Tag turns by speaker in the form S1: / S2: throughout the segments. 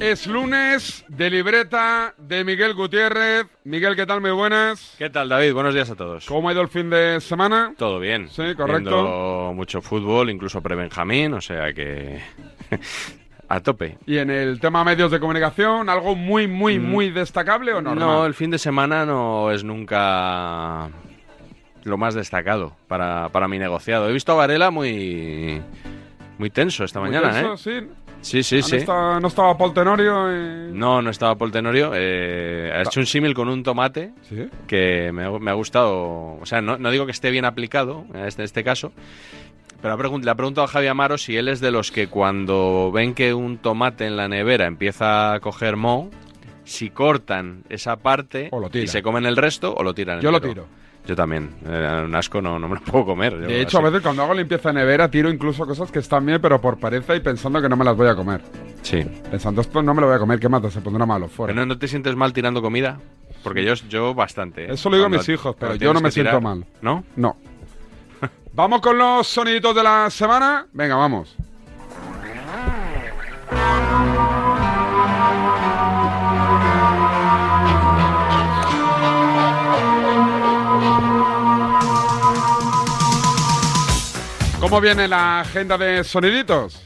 S1: Es lunes de libreta de Miguel Gutiérrez. Miguel, ¿qué tal? Muy buenas.
S2: ¿Qué tal, David? Buenos días a todos.
S1: ¿Cómo ha ido el fin de semana?
S2: Todo bien.
S1: Sí, correcto.
S2: Viendo mucho fútbol, incluso pre-Benjamín, o sea que a tope.
S1: Y en el tema medios de comunicación, ¿algo muy, muy, muy destacable o
S2: Mm. No,
S1: normal?
S2: el fin de semana no es nunca lo más destacado para, para mi negociado. He visto a Varela muy, muy tenso esta
S1: Muy
S2: mañana,
S1: tenso,
S2: ¿eh?
S1: Pues sí.
S2: Sí, sí,
S1: Ah,
S2: sí.
S1: No, está- no estaba Paul Tenorio. eh,
S2: No, no estaba Paul Tenorio. Eh, ha hecho un símil con un tomate
S1: Sí.
S2: que me ha, me ha gustado. O sea, no, no digo que esté bien aplicado en este, este caso, pero ha pregun- le ha preguntado a Javi Amaro si él es de los que cuando ven que un tomate en la nevera empieza a coger moho, si cortan esa parte
S1: O lo tiran.
S2: y se comen el resto o lo tiran.
S1: Yo lo
S2: entero.
S1: tiro.
S2: Yo también. Eh, un asco no, no me lo puedo comer. Yo
S1: De hecho,
S2: así.
S1: a veces cuando hago limpieza de nevera, tiro incluso cosas que están bien, pero por pereza y pensando que no me las voy a comer.
S2: Sí.
S1: Pensando, esto no me lo voy a comer, ¿qué mata? Se pondrá malo fuera.
S2: Pero no, no te sientes mal tirando comida. Porque yo, yo bastante. ¿eh?
S1: Eso lo digo a
S2: Cuando-
S1: mis hijos, pero
S2: cuando
S1: yo no
S2: tienes
S1: me
S2: que
S1: siento
S2: tirar,
S1: mal.
S2: ¿No?
S1: No. Vamos con los soniditos de la semana. Venga, vamos. ¿Cómo viene la agenda de soniditos?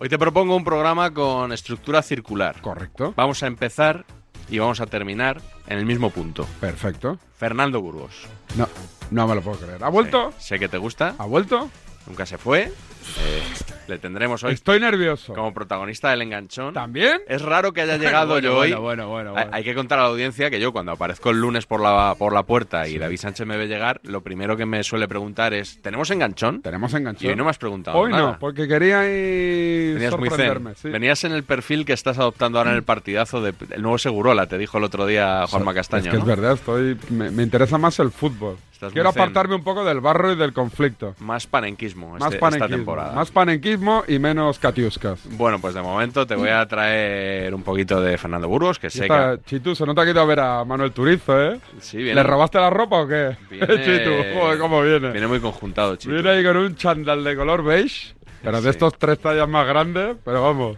S2: Hoy te propongo un programa con estructura circular.
S1: Correcto.
S2: Vamos a empezar y vamos a terminar en el mismo punto.
S1: Perfecto.
S2: Fernando Burgos.
S1: No, no me lo puedo creer. ¿Ha vuelto?
S2: Eh, sé que te gusta,
S1: ¿Ha vuelto?
S2: nunca se fue. Eh, le tendremos hoy
S1: Estoy nervioso.
S2: como protagonista del enganchón.
S1: ¿También?
S2: Es raro que haya llegado
S1: Bueno,
S2: yo hoy. Ah,
S1: Bueno, bueno, bueno.
S2: Hay-
S1: bueno.
S2: Hay que contar a la audiencia que yo cuando aparezco el lunes por la, por la puerta y David Sánchez me ve llegar, lo primero que me suele preguntar es, ¿tenemos enganchón?
S1: Tenemos
S2: Y
S1: enganchado.
S2: hoy no me has preguntado
S1: Hoy
S2: nada.
S1: no, porque quería ir
S2: Venías muy
S1: sorprenderme.
S2: zen.
S1: sí.
S2: Venías en el perfil que estás adoptando ahora en el partidazo del nuevo Segurola, te dijo el otro día Juanma Castaño.
S1: Es que
S2: ¿no?
S1: es verdad, estoy, me, me interesa más el fútbol.
S2: Estás muy
S1: Quiero
S2: zen.
S1: apartarme un poco del barro y del conflicto.
S2: Más panenquismo
S1: Más
S2: este- esta
S1: panenquismo.
S2: temporada.
S1: Más panenquismo y menos catiuscas.
S2: Bueno, pues de momento te voy a traer un poquito de Fernando Burgos, que sé
S1: Esta-
S2: que...
S1: Chitu, se nota que te a ver a Manuel Turizo, ¿eh?
S2: Sí, viene,
S1: ¿Le robaste la ropa o qué?
S2: Viene-
S1: Chitu, joder, cómo viene.
S2: viene muy conjuntado, chico.
S1: Viene ahí con un chandal de color beige, pero de
S2: Sí.
S1: estos tres tallas más grandes, pero vamos.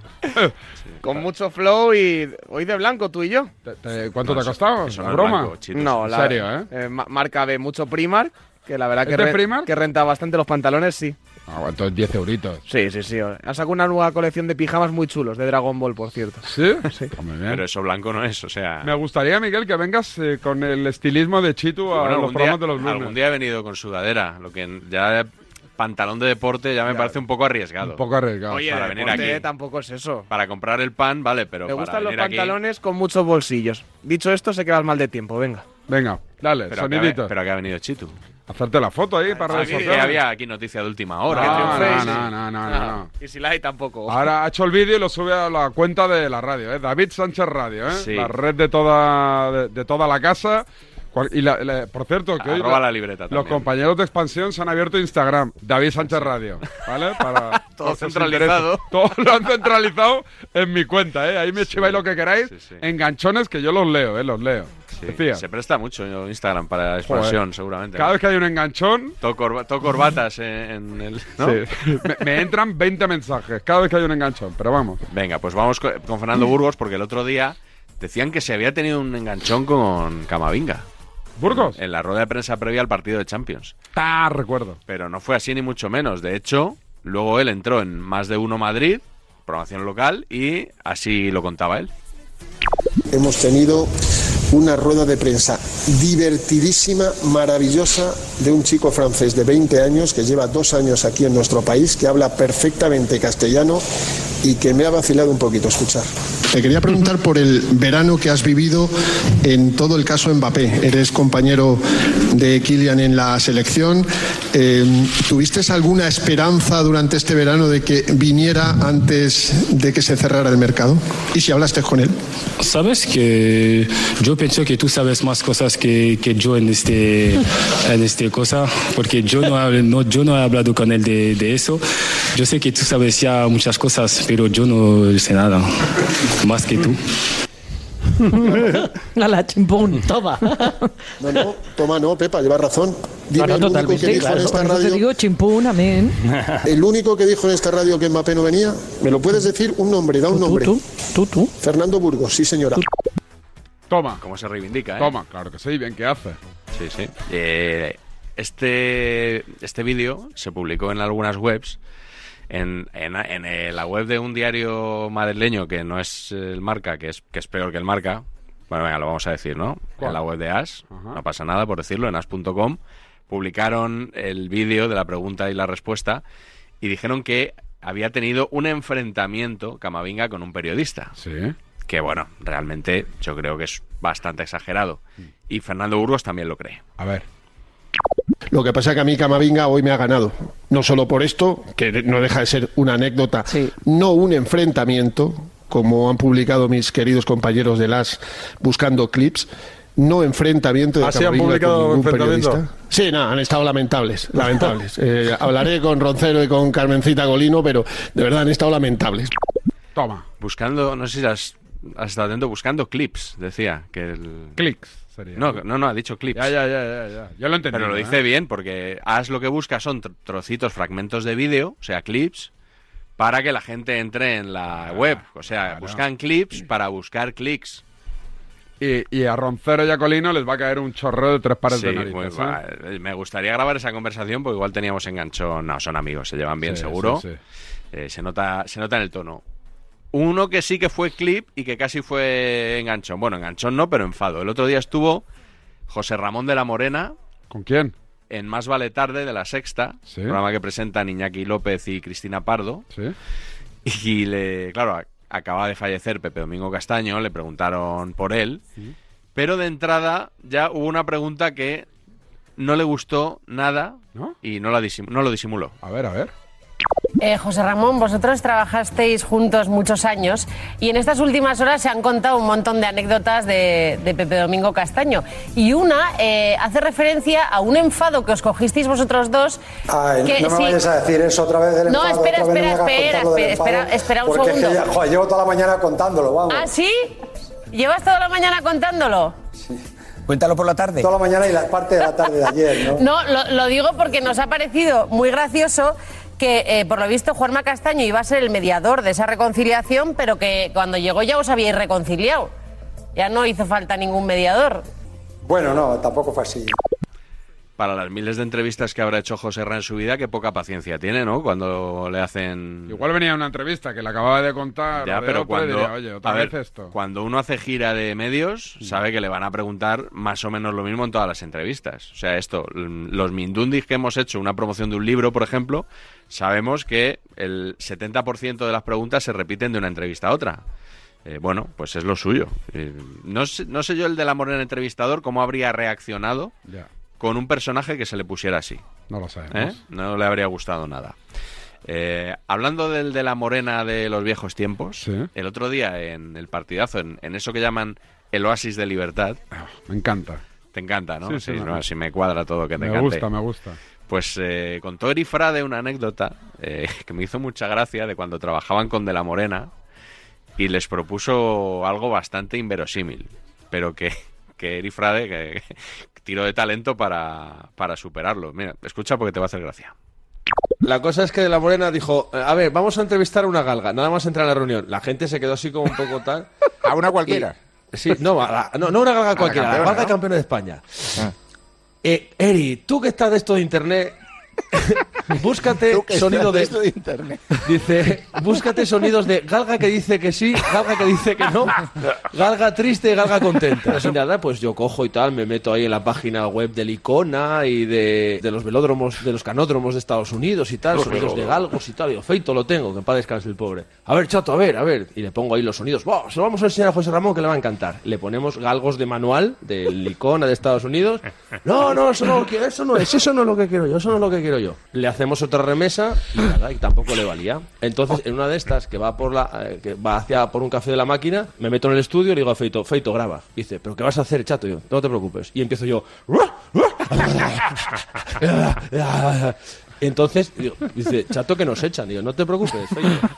S3: Con mucho flow y hoy de blanco tú y yo.
S1: ¿Te- te- eh, ¿Cuánto
S2: No,
S1: te ha costado?
S2: eso no es
S1: ¿Broma?
S2: blanco, Chitu.
S3: No,
S1: en
S3: la
S1: serio, ¿eh?
S3: ma- marca B, mucho Primark, que la verdad
S1: ¿Es
S3: que,
S1: de
S3: ren-
S1: Primark?
S3: que renta bastante los pantalones, sí.
S1: Ah, bueno, entonces 10 euritos.
S3: Sí, sí, sí. Ha sacado una nueva colección de pijamas muy chulos, de Dragon Ball, por cierto.
S1: ¿Sí?
S3: Sí.
S1: Hombre, bien.
S2: Pero eso blanco no es, o sea...
S1: Me gustaría, Miguel, que vengas eh, con el estilismo de Chitu
S2: bueno,
S1: a los
S2: algún, día,
S1: programas de los lunes.
S2: algún día he venido con sudadera, lo que ya pantalón de deporte ya me parece un poco arriesgado.
S1: Un poco arriesgado.
S3: Oye,
S2: Para
S3: de
S2: venir
S3: deporte
S2: aquí.
S3: tampoco es eso.
S2: Para comprar el pan, vale, pero
S3: Me
S2: para
S3: gustan los
S2: venir aquí-
S3: pantalones con muchos bolsillos. Dicho esto, sé que vas mal de tiempo, venga.
S1: Venga, dale,
S2: Pero que,
S1: sonidito.
S2: ha, pero que ha venido Chitu.
S1: Hacerte la foto ahí para redes
S2: Aquí,
S1: sociales.
S2: había aquí noticia de última
S1: No,
S2: hora. Ah,
S3: que
S1: no,
S3: triunféis.
S1: no, no, no, no, no.
S3: Y si la hay, tampoco.
S1: Ahora ha hecho el vídeo y lo sube a la cuenta de la radio, ¿eh? David Sánchez Radio, ¿eh?
S2: Sí.
S1: La red de toda, de, de toda la casa. Cual- Y la- la- por cierto, que hoy
S2: Arroba
S1: la-
S2: la libreta
S1: los
S2: también.
S1: compañeros de expansión se han abierto Instagram, David Sánchez Radio, ¿vale? Para
S2: Todo
S1: por si os
S2: centralizado.
S1: interesa. Todo lo han centralizado en mi cuenta, ¿eh? Ahí me
S2: Sí,
S1: chiváis lo que queráis.
S2: sí, sí.
S1: Enganchones que yo los leo, ¿eh? Los leo.
S2: Sí,
S1: Decía,
S2: Se presta mucho Instagram para expansión, seguramente.
S1: cada vez que hay un enganchón,
S2: Todo, corba- todo corbatas en, en el. ¿no?
S1: sí, me, me entran 20 mensajes cada vez que hay un enganchón, pero vamos.
S2: Venga, pues vamos co- con Fernando Burgos, porque el otro día decían que se había tenido un enganchón con Camavinga.
S1: ¿Burgos?
S2: En la rueda de prensa previa al partido de Champions.
S1: Ah, recuerdo.
S2: Pero no fue así ni mucho menos. De hecho, luego él entró en Más de Uno Madrid, programación local, y así lo contaba él.
S4: Hemos tenido una rueda de prensa divertidísima, maravillosa, de un chico francés de 20 años que lleva dos años aquí en nuestro país, que habla perfectamente castellano y que me ha vacilado un poquito escuchar. Te Eh, quería preguntar por el verano que has vivido en todo el caso Mbappé. Eres compañero de Kylian en la selección. Eh, ¿Tuviste alguna esperanza durante este verano de que viniera antes de que se cerrara el mercado? ¿Y si hablaste con él?
S5: Sabes que yo pienso que tú sabes más cosas que, que yo en este, en este cosa, porque yo no, hab- no- yo no he hablado con él de, de eso. Yo sé que tú sabes ya muchas cosas, pero yo no sé nada, más que tú.
S6: A la chimpún, toma.
S4: No, no, toma, no, Pepa, lleva razón. Dime
S6: Claro,
S4: el único
S6: totalmente,
S4: que dijo
S6: claro.
S4: en esta
S6: Por eso te
S4: radio-
S6: digo chimpún, amén.
S4: El único que dijo en esta radio que Mbappé no venía, ¿me lo puedes decir? Un nombre, da un
S6: Tú,
S4: nombre.
S6: tú, tú, tú.
S4: Fernando Burgos, sí señora.
S1: Toma,
S2: Como se reivindica, ¿eh?
S1: toma, claro que sí, bien que hace.
S2: Sí, sí. Eh, este este vídeo se publicó en algunas webs. En, en- en, eh, la web de un diario madrileño que no es el marca, que es, que es peor que el marca. Bueno, venga, lo vamos a decir, ¿no?
S1: ¿Cuál?
S2: En la web de As,
S1: Ajá.
S2: no pasa nada por decirlo, en as.com, publicaron el vídeo de la pregunta y la respuesta y dijeron que había tenido un enfrentamiento Camavinga con un periodista
S1: Sí.
S2: que bueno, realmente yo creo que es bastante exagerado.
S1: Mm.
S2: Y Fernando Burgos también lo cree.
S1: A ver.
S4: Lo que pasa es que a mí Camavinga hoy me ha ganado. No solo por esto, que no deja de ser una anécdota,
S6: Sí.
S4: no un enfrentamiento, como han publicado mis queridos compañeros de las buscando clips. No enfrentamiento de
S7: ¿Ah, sí han
S4: Camavinga
S7: publicado
S4: con ningún
S7: enfrentamiento?
S4: periodista. Sí, no, han estado lamentables, lamentables. Eh, hablaré con Roncero y con Carmencita Golino, pero de verdad han estado lamentables.
S1: Toma,
S2: Buscando, no sé si has, has estado atento, buscando clips, decía. que el-
S1: clics sería.
S2: No, no, no, ha dicho clips.
S1: Ya, ya, ya, ya, ya. Yo lo entendí.
S2: Pero lo dice bien porque haz lo que busca son tr- trocitos, fragmentos de vídeo, o sea, clips, para que la gente entre en la web. O sea,
S1: Ah, claro.
S2: buscan clips para buscar clics.
S1: Y, y a Roncero y a Colino les va a caer un chorro de tres pares
S2: Sí,
S1: de narices.
S2: pues,
S1: ¿eh?
S2: va, eh, me gustaría grabar esa conversación porque igual teníamos enganchón. No, son amigos, se llevan bien
S1: Sí,
S2: seguro.
S1: sí, sí.
S2: Eh, se, nota, se nota en el tono. Uno que sí que fue clip y que casi fue enganchón. Bueno, enganchón no, pero enfado. El otro día estuvo José Ramón de la Morena
S1: ¿Con quién?
S2: en Más Vale Tarde de la Sexta,
S1: Sí.
S2: programa que presentan Iñaki López y Cristina Pardo.
S1: Sí.
S2: Y le, claro, a- acaba de fallecer Pepe Domingo Castaño, le preguntaron por él. Pero de entrada ya hubo una pregunta que no le gustó nada
S1: ¿No?
S2: y no, la disim- no lo disimuló.
S1: A ver, a ver.
S8: Eh, José Ramón, vosotros trabajasteis juntos muchos años y en estas últimas horas se han contado un montón de anécdotas de, de Pepe Domingo Castaño. Y una eh, hace referencia a un enfado que os cogisteis vosotros dos.
S9: Ay,
S8: que
S9: Ah, eh, no me
S8: sí,
S9: vayas a decir eso otra vez. del
S8: No,
S9: enfado,
S8: espera,
S9: otra vez
S8: espera,
S9: no me hagas
S8: espera,
S9: contar lo
S8: espera,
S9: del enfado,
S8: espera, espera un
S9: porque es que
S8: segundo.
S9: ya- joder, llevo toda la mañana contándolo, vamos.
S8: ¿Ah, sí? ¿Llevas toda la mañana contándolo?
S10: Cuéntalo por la tarde.
S9: Toda la mañana y la parte de la tarde de ayer, ¿no?
S8: No, lo, lo digo porque nos ha parecido muy gracioso que, eh, por lo visto, Juanma Castaño iba a ser el mediador de esa reconciliación, pero que cuando llegó ya os habíais reconciliado. Ya no hizo falta ningún mediador.
S9: Bueno, no, tampoco fue así.
S2: Para las miles de entrevistas que habrá hecho José Ra en su vida, qué poca paciencia tiene, ¿no? Cuando le hacen...
S1: Igual venía una entrevista que le acababa de contar.
S2: Ya,
S1: o de
S2: pero
S1: otra, y
S2: cuando,
S1: diría, Oye, otra
S2: a
S1: vez
S2: ver,
S1: esto. Mm.
S2: cuando uno hace gira de medios, sabe que le van a preguntar más o menos lo mismo en todas las entrevistas. O sea, esto, l- los Mindundis que hemos hecho, una promoción de un libro, por ejemplo, sabemos que el 70% de las preguntas se repiten de una entrevista a otra. Eh, bueno, pues es lo suyo. Eh, no, sé, no sé yo el de la morena entrevistador cómo habría reaccionado
S1: Ya,
S2: con un personaje que se le pusiera así.
S1: no lo sabemos.
S2: ¿eh? No le habría gustado nada. Eh, hablando del de la morena de los viejos tiempos,
S1: Sí.
S2: el otro día en el partidazo, en, en eso que llaman el oasis de libertad,
S1: Ah, Me encanta.
S2: te encanta, ¿no?
S1: Sí, sí, me-
S2: no, si me cuadra todo que te
S1: Me
S2: cante.
S1: gusta, me gusta.
S2: Pues eh, contó Erifrade una anécdota eh, que me hizo mucha gracia de cuando trabajaban con De la Morena y les propuso algo bastante inverosímil, pero que, que Erifrade que, que tiró de talento para, para superarlo. Mira, escucha porque te va a hacer gracia.
S7: La cosa es que De La Morena dijo, eh, a ver, vamos a entrevistar a una galga, nada más entrar a la reunión. La gente se quedó así como un poco tal.
S10: A una cualquiera.
S7: Y- sí, no, a la- no, no una galga cualquiera, la
S10: campeona,
S7: galga
S10: ¿no? Ah.
S7: campeona de España. Eh, Eri, tú que estás de esto de internet, búscate sonido de...
S10: esto de internet.
S7: Dice, búscate sonidos de galga que dice que sí, galga que dice que no, galga triste, galga contenta. Y nada, pues yo cojo y tal, me meto ahí en la página web del Icona y de, de los velódromos, de los canódromos de Estados Unidos y tal, sonidos de galgos y tal. Digo, feito, lo tengo, que en paz descanse el pobre. A ver, chato, a ver, a ver. Y le pongo ahí los sonidos. Buah, se lo vamos a enseñar a José Ramón que le va a encantar. Le ponemos galgos de manual del Icona de Estados Unidos. No, no, eso no, lo quiero, eso no es, eso no es lo que quiero yo, eso no es lo que quiero yo. Le hacemos otra remesa y nada, y tampoco le valía. Entonces, en una de estas que va por la eh, que va hacia por un café de la máquina, me meto en el estudio y le digo a Feito, Feito, graba. Y dice, ¿pero qué vas a hacer, chato? Y yo, no te preocupes. Y empiezo yo. "Ruah, ruah". Entonces, digo, dice, chato que nos echan. Digo, no te preocupes, Feito.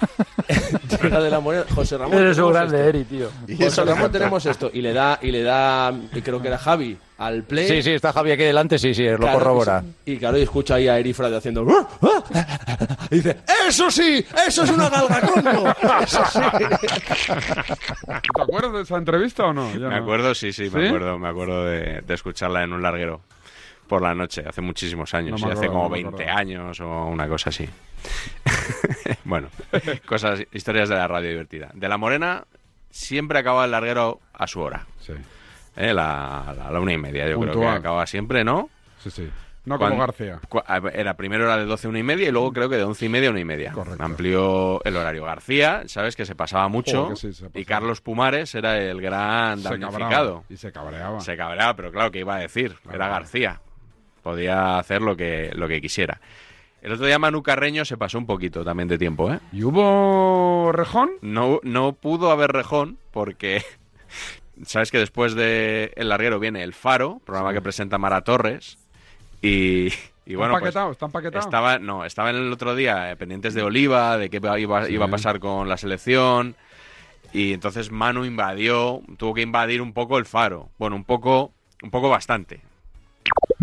S7: Tira de la moneda. José Ramón.
S6: Eres un
S7: tenemos
S6: grande,
S7: esto.
S6: Eri, tío.
S7: Y José Ramón tenemos esto. Y le da, y le da, y creo que era Javi, al play.
S6: Sí, sí, está Javi aquí delante, sí, sí, lo
S7: Claro,
S6: corrobora.
S7: y- Y claro, y escucha ahí a Eri Frade haciendo. "Ah, ah", y dice: ¡Eso sí! ¡Eso es una galga, coño! ¡Eso sí!
S1: ¿Te acuerdas de esa entrevista o no? Ya
S2: Me
S1: no.
S2: acuerdo, sí, sí, me
S1: ¿Sí?
S2: acuerdo, me acuerdo de, de escucharla en un larguero por la noche, hace muchísimos años,
S1: No me
S2: y hace
S1: acuerdo,
S2: como
S1: no me
S2: 20
S1: acuerdo.
S2: años o una cosa así. bueno, cosas, historias de la radio divertida. De la Morena siempre acaba el larguero a su hora.
S1: Sí.
S2: Eh, la, la, la una y media, yo creo
S1: Puntual.
S2: que acaba siempre, ¿no?
S1: Sí, sí. No como
S2: Cuan-
S1: García.
S2: cua- a- Era primero era de 12 a 1 y media y luego creo que de 11 y media a 1 y media.
S1: Correcto.
S2: Amplió el horario. García, sabes que se pasaba mucho.
S1: Joder, que sí, se
S2: y Carlos Pumares era el gran
S1: Se
S2: damnificado.
S1: cabreaba. Y se cabreaba.
S2: Se cabreaba, pero claro, que iba a decir? Era García. Podía hacer lo que, lo que quisiera. El otro día Manu Carreño se pasó un poquito también de tiempo, ¿eh?
S1: ¿Y hubo rejón?
S2: No, no pudo haber rejón porque... Sabes que después de El Larguero viene El Faro, programa que presenta Mara Torres. Y, y bueno, pues,
S1: está empaquetado, está empaquetado.
S2: estaba, no, estaba en el otro día eh, pendientes de Oliva, de qué iba, iba- iba a pasar con la selección. Y entonces Manu invadió, tuvo que invadir un poco el faro. Bueno, un poco, un poco bastante.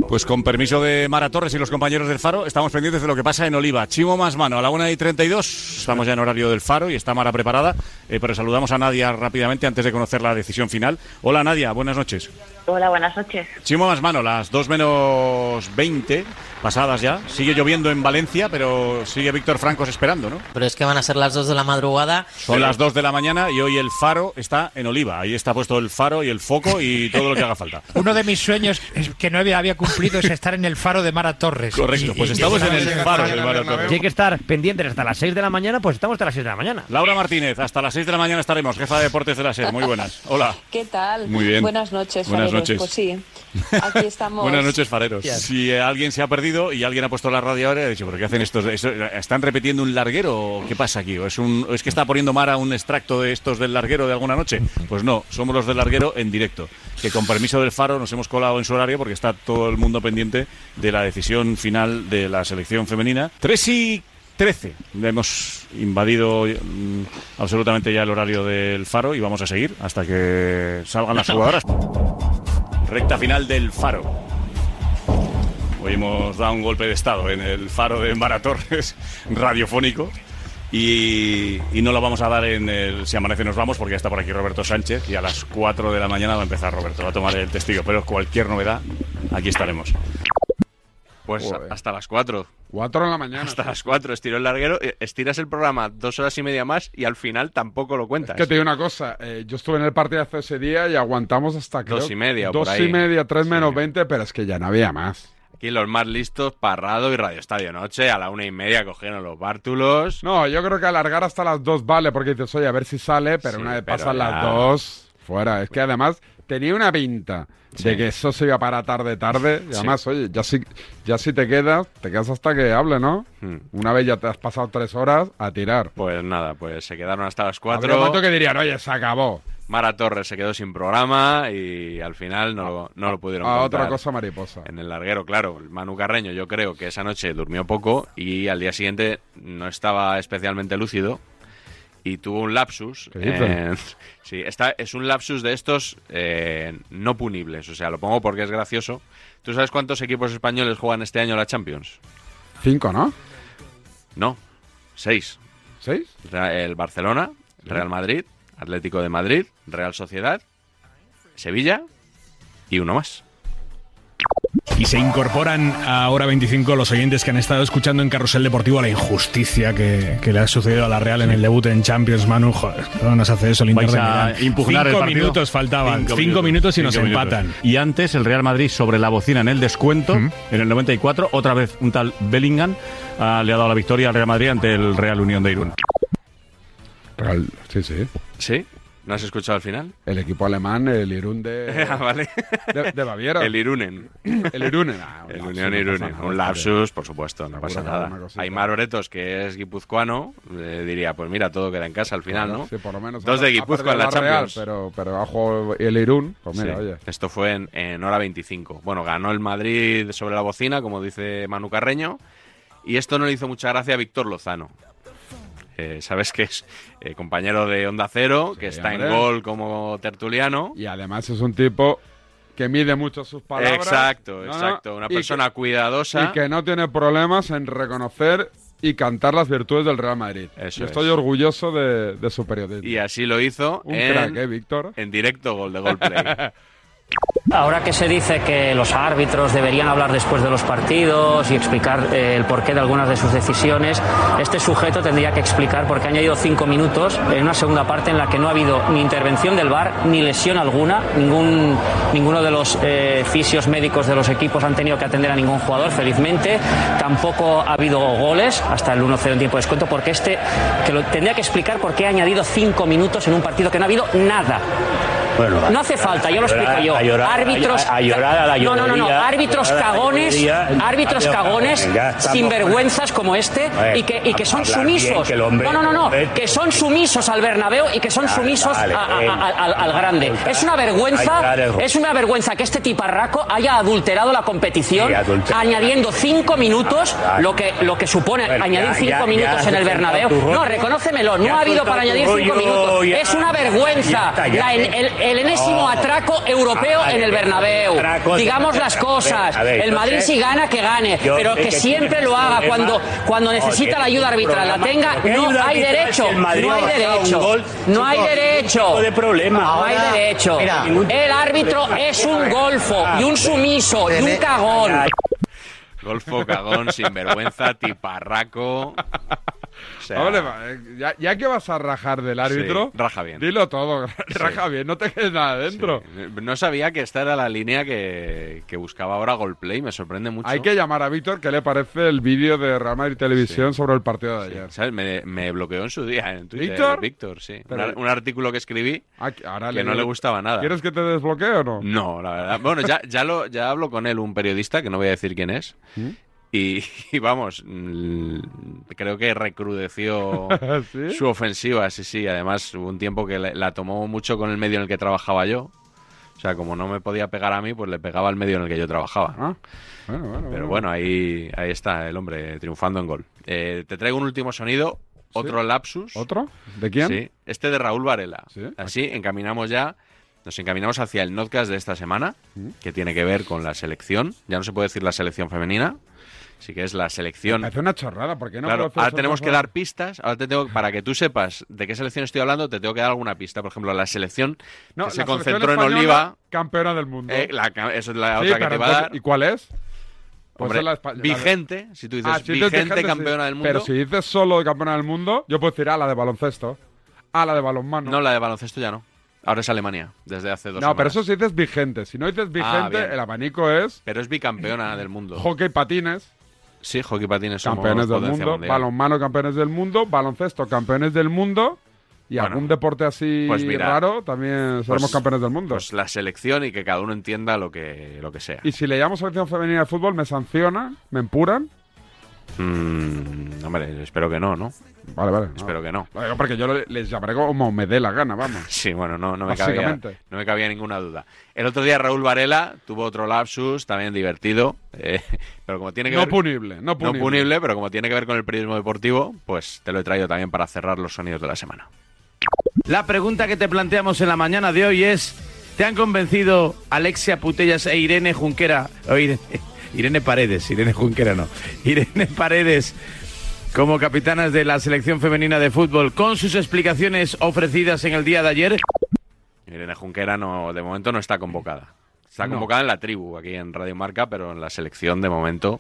S11: Pues con permiso de Mara Torres y los compañeros del Faro, estamos pendientes de lo que pasa en Oliva. Chimo más mano, a la 1 y 32, estamos ya en horario del Faro y está Mara preparada, eh, pero saludamos a Nadia rápidamente antes de conocer la decisión final. Hola Nadia, buenas noches.
S12: Hola, buenas noches.
S11: Chimo más mano, las 2 menos 20, pasadas ya, sigue lloviendo en Valencia, pero sigue Víctor Francos esperando, ¿no?
S13: Pero es que van a ser las 2 de la madrugada.
S11: Son las 2 de la mañana y hoy el Faro está en Oliva, ahí está puesto el Faro y el foco y todo lo que haga falta.
S14: Uno de mis sueños es que no había, había cumplido es estar en el faro de Mara Torres.
S11: Correcto,
S14: Y-
S11: pues
S14: y-
S11: estamos en el Faro del Mara Torres.
S15: Si hay que estar pendientes hasta las 6 de la mañana, pues estamos hasta las 6 de la mañana.
S11: Laura Martínez, hasta las 6 de la mañana estaremos, jefa de deportes de la SER. Muy buenas. Hola.
S16: ¿Qué tal?
S11: Muy bien.
S16: Buenas noches,
S11: Buenas
S16: Fareros.
S11: noches.
S16: Pues sí, aquí estamos.
S11: Buenas noches, fareros. Si eh, alguien se ha perdido y alguien ha puesto la radio ahora, he dicho, ¿pero qué hacen estos? ¿Eso- ¿Están repitiendo un larguero o qué pasa aquí? ¿O es, un, o es que está poniendo Mara un extracto de estos del larguero de alguna noche? Pues no, somos los del larguero en directo. Que con permiso del Faro nos hemos colado en su horario porque está todo el mundo pendiente de la decisión final de la selección femenina. 3 y 13. Hemos invadido mm, absolutamente ya el horario del Faro y vamos a seguir hasta que salgan las jugadoras. Recta final del Faro. Hoy hemos dado un golpe de estado en el faro de Mara Torres radiofónico y, y no lo vamos a dar en el Si amanece nos vamos porque ya está por aquí Roberto Sánchez y a las 4 de la mañana va a empezar Roberto, va a tomar el testigo, pero cualquier novedad, aquí estaremos.
S2: Pues a- hasta las 4.
S1: 4 en la mañana.
S2: Hasta las 4. Estiró el larguero, eh, estiras el programa dos horas y media más y al final tampoco lo cuentas.
S1: Que te digo una cosa, eh, yo estuve en el partido hace ese día y aguantamos hasta creo,
S2: Dos y media o por
S1: dos
S2: ahí.
S1: y media, tres menos veinte, pero es que ya no había más.
S2: Aquí los más listos, Parrado y Radio Estadio Noche, a la una y media cogieron los bártulos.
S1: No, yo creo que alargar hasta las dos vale, porque dices, oye, a ver si sale, pero
S2: Sí,
S1: una vez
S2: pero
S1: eh, pasan
S2: ya-
S1: las dos, fuera. Es que además tenía una pinta de
S2: Sí.
S1: que eso se iba para tarde, tarde. Y
S2: Sí.
S1: además, oye, ya si, ya si te quedas, te quedas hasta que hable, ¿no? Una vez ya te has pasado tres horas, a tirar.
S2: Hmm. Pues nada, pues se quedaron hasta las
S1: Habría un momento
S2: 4.
S1: que dirían, oye, se acabó.
S2: Mara Torres se quedó sin programa y al final no, lo- no lo pudieron
S1: A
S2: contar.
S1: otra cosa mariposa.
S2: En el larguero, claro. Manu Carreño, yo creo que esa noche durmió poco y al día siguiente no estaba especialmente lúcido y tuvo un lapsus.
S1: dices?
S2: sí, está, es un lapsus de estos eh, no punibles. O sea, lo pongo porque es gracioso. ¿Tú sabes cuántos equipos españoles juegan este año la Champions?
S1: Cinco, ¿no?
S2: No, seis.
S1: ¿Seis?
S2: El Barcelona, Real Madrid, Atlético de Madrid, Real Sociedad, Sevilla y uno más.
S17: Y se incorporan a Hora 25 los oyentes que han estado escuchando en Carrusel Deportivo la injusticia que, que le ha sucedido a la Real en el debut en Champions, Manu. Joder, ¿cómo nos hace eso el Inter
S11: Vais
S17: de
S11: a
S17: Milán?
S11: impugnar el
S17: Cinco
S11: partido.
S17: minutos faltaban, cinco, minutos. y nos
S11: Cinco minutos.
S17: empatan.
S11: Y antes el Real Madrid sobre la bocina en el descuento, en el 94, otra vez un tal Bellingham ah, le ha dado la victoria al Real Madrid ante el Real Unión de Irún.
S1: Sí, sí.
S2: ¿Sí? ¿No has escuchado al final?
S1: El equipo alemán, el Irún de,
S2: Ah, vale.
S1: Eh, de, de Baviera.
S2: El Irunen.
S1: El Irunen. Ah,
S2: El Unión Irunen. Un lapsus, por supuesto, no pasa
S1: alguna
S2: nada.
S1: cosita.
S2: Aymar Oretos, que es guipuzcoano, eh, diría, pues mira, todo queda en casa al final,
S1: Bueno,
S2: ¿no?
S1: sí, por lo menos
S2: Dos
S1: ha-
S2: de
S1: ha
S2: Guipúzcoa
S1: perdido
S2: en la
S1: la Real,
S2: Champions.
S1: pero, pero ha jugado el Irún. Pues mira,
S2: Sí,
S1: oye.
S2: Esto fue en, en hora 25. Bueno, ganó el Madrid sobre la bocina, como dice Manu Carreño, y esto no le hizo mucha gracia a Víctor Lozano. eh, sabes que es eh, compañero de Onda Cero, que está en
S1: hombre.
S2: gol como tertuliano.
S1: Y además es un tipo que mide mucho sus palabras.
S2: Exacto,
S1: No, no,
S2: exacto. Una
S1: y que-
S2: persona cuidadosa.
S1: Y que no tiene problemas en reconocer y cantar las virtudes del Real Madrid.
S2: Eso
S1: Yo estoy
S2: es.
S1: orgulloso de, de su periodismo.
S2: Y así lo hizo
S1: Un
S2: en,
S1: crack, ¿eh,
S2: en directo gol de Golplay.
S12: Ahora que se dice que los árbitros deberían hablar después de los partidos y explicar eh, el porqué de algunas de sus decisiones, este sujeto tendría que explicar por qué ha añadido cinco minutos en una segunda parte en la que no ha habido ni intervención del VAR ni lesión alguna. Ningún, ninguno de los eh, fisios médicos de los equipos han tenido que atender a ningún jugador, felizmente. Tampoco ha habido goles hasta el 1-0 en tiempo de descuento, porque este que lo, tendría que explicar por qué ha añadido cinco minutos en un partido que no ha habido nada. No hace falta, ya lo explico yo. Árbitros. No, no, no, no. Árbitros cagones, árbitros cagones, sinvergüenzas como este y que, y que son sumisos. No, no, no, no. Que son sumisos al Bernabéu y que son sumisos a- a- a- al, al grande. Es una vergüenza, es una vergüenza que este tiparraco haya adulterado la competición añadiendo cinco minutos, lo que, lo que supone añadir cinco minutos en el Bernabéu. No, reconócemelo, no ha habido para añadir cinco minutos. Es una vergüenza. La en- el, el enésimo atraco europeo en el Bernabéu. Digamos las cosas. El Madrid si gana, que gane. Pero que siempre lo haga cuando, cuando necesita la ayuda arbitral. La tenga, no hay derecho. No hay derecho. No hay derecho. No hay derecho. El árbitro es un golfo y un sumiso y un cagón.
S2: Golfo, cagón, sinvergüenza, tiparraco. O sea,
S1: Hombre, va, eh, ya, ya que vas a rajar del árbitro,
S2: sí, raja bien.
S1: dilo todo. Raja bien, no te quedes nada dentro.
S2: No sabía que esta era la línea que, que buscaba ahora Golplay, me sorprende mucho.
S1: Hay que llamar a Víctor, ¿qué le parece el vídeo de Real Madrid Televisión sobre el partido de ayer?
S2: ¿Sabes? Me, me bloqueó en su día en Twitter.
S1: ¿Víctor?
S2: Víctor, sí.
S1: Pero-
S2: Un ar- un artículo que escribí que
S1: le-
S2: no le gustaba nada.
S1: ¿Quieres que te desbloquee o no?
S2: No, la verdad. Bueno, ya, ya, lo, ya hablo con él, un periodista, que no voy a decir quién es.
S1: ¿Mm?
S2: Y, y vamos, mm, creo que recrudeció
S1: ¿Sí?
S2: su ofensiva, sí, sí. Además, hubo un tiempo que le- la tomó mucho con el medio en el que trabajaba yo. O sea, como no me podía pegar a mí, pues le pegaba al medio en el que yo trabajaba.
S1: Bueno, bueno,
S2: Pero bueno, ahí, ahí está el hombre triunfando en gol. Eh, te traigo un último sonido, otro lapsus.
S1: ¿Otro? ¿De quién?
S2: Sí, este de Raúl Varela. Así encaminamos ya, nos encaminamos hacia el podcast de esta semana,
S1: ¿Mm?
S2: que tiene que ver con la selección. Ya no se puede decir la selección femenina, sí que es la selección.
S1: Hace una chorrada, ¿por qué no?
S2: claro,
S1: puedo hacer
S2: ahora
S1: eso,
S2: tenemos
S1: por
S2: que
S1: favor?
S2: dar pistas. Ahora te tengo, para que tú sepas de qué selección estoy hablando, te tengo que dar alguna pista. Por ejemplo, la selección
S1: No,
S2: que
S1: la
S2: se
S1: selección
S2: concentró en
S1: española,
S2: Oliva.
S1: Campeona del mundo.
S2: eh, la ca- esa es la
S1: Sí,
S2: otra que
S1: pero
S2: te va a dar.
S1: entonces, ¿Y cuál es? Pues
S2: Hombre,
S1: es la espa- la de-
S2: vigente, si tú dices
S1: Ah, si dices
S2: vigente,
S1: vigente, sí.
S2: campeona del mundo.
S1: Pero si dices solo campeona del mundo, yo puedo decir a la de baloncesto, a Ah, la de balonmano.
S2: No, la de baloncesto ya no. Ahora es Alemania, desde hace dos
S1: No, pero
S2: semanas.
S1: eso si dices vigente. Si no dices
S2: Ah,
S1: vigente,
S2: bien.
S1: el abanico es
S2: Pero es bicampeona del mundo.
S1: hockey patines,
S2: sí, hockey patines somos
S1: campeones del
S2: potencia
S1: mundo,
S2: mundial.
S1: balonmano campeones del mundo, baloncesto campeones del mundo y algún deporte así
S2: pues mira,
S1: raro también seremos
S2: pues-
S1: campeones del mundo.
S2: Pues la selección y que cada uno entienda lo que, lo que sea.
S1: y si le llamo selección femenina de fútbol, ¿me sancionan? ¿Me empuran?
S2: Mm, hombre, espero que no, ¿no?
S1: Vale, vale.
S2: Espero que no.
S1: Lo digo Porque yo le- les llamaré como me dé la gana, vamos.
S2: Sí, bueno, no, no me cabía,
S1: Básicamente.
S2: no me cabía ninguna duda. El otro día Raúl Varela tuvo otro lapsus, también divertido, eh, pero como tiene que
S1: No
S2: ver...
S1: punible, no punible.
S2: pero como tiene que ver con el periodismo deportivo, pues te lo he traído también para cerrar los sonidos de la semana.
S18: La pregunta que te planteamos en la mañana de hoy es: ¿te han convencido Alexia Putellas e Irene Junquera? o Irene, Irene Paredes, Irene Junquera no. Irene Paredes como capitanas de la selección femenina de fútbol con sus explicaciones ofrecidas en el día de ayer.
S2: Irene Junquera no, de momento no está convocada. Está
S18: No.
S2: convocada en la tribu, aquí en Radio Marca, pero en la selección de momento.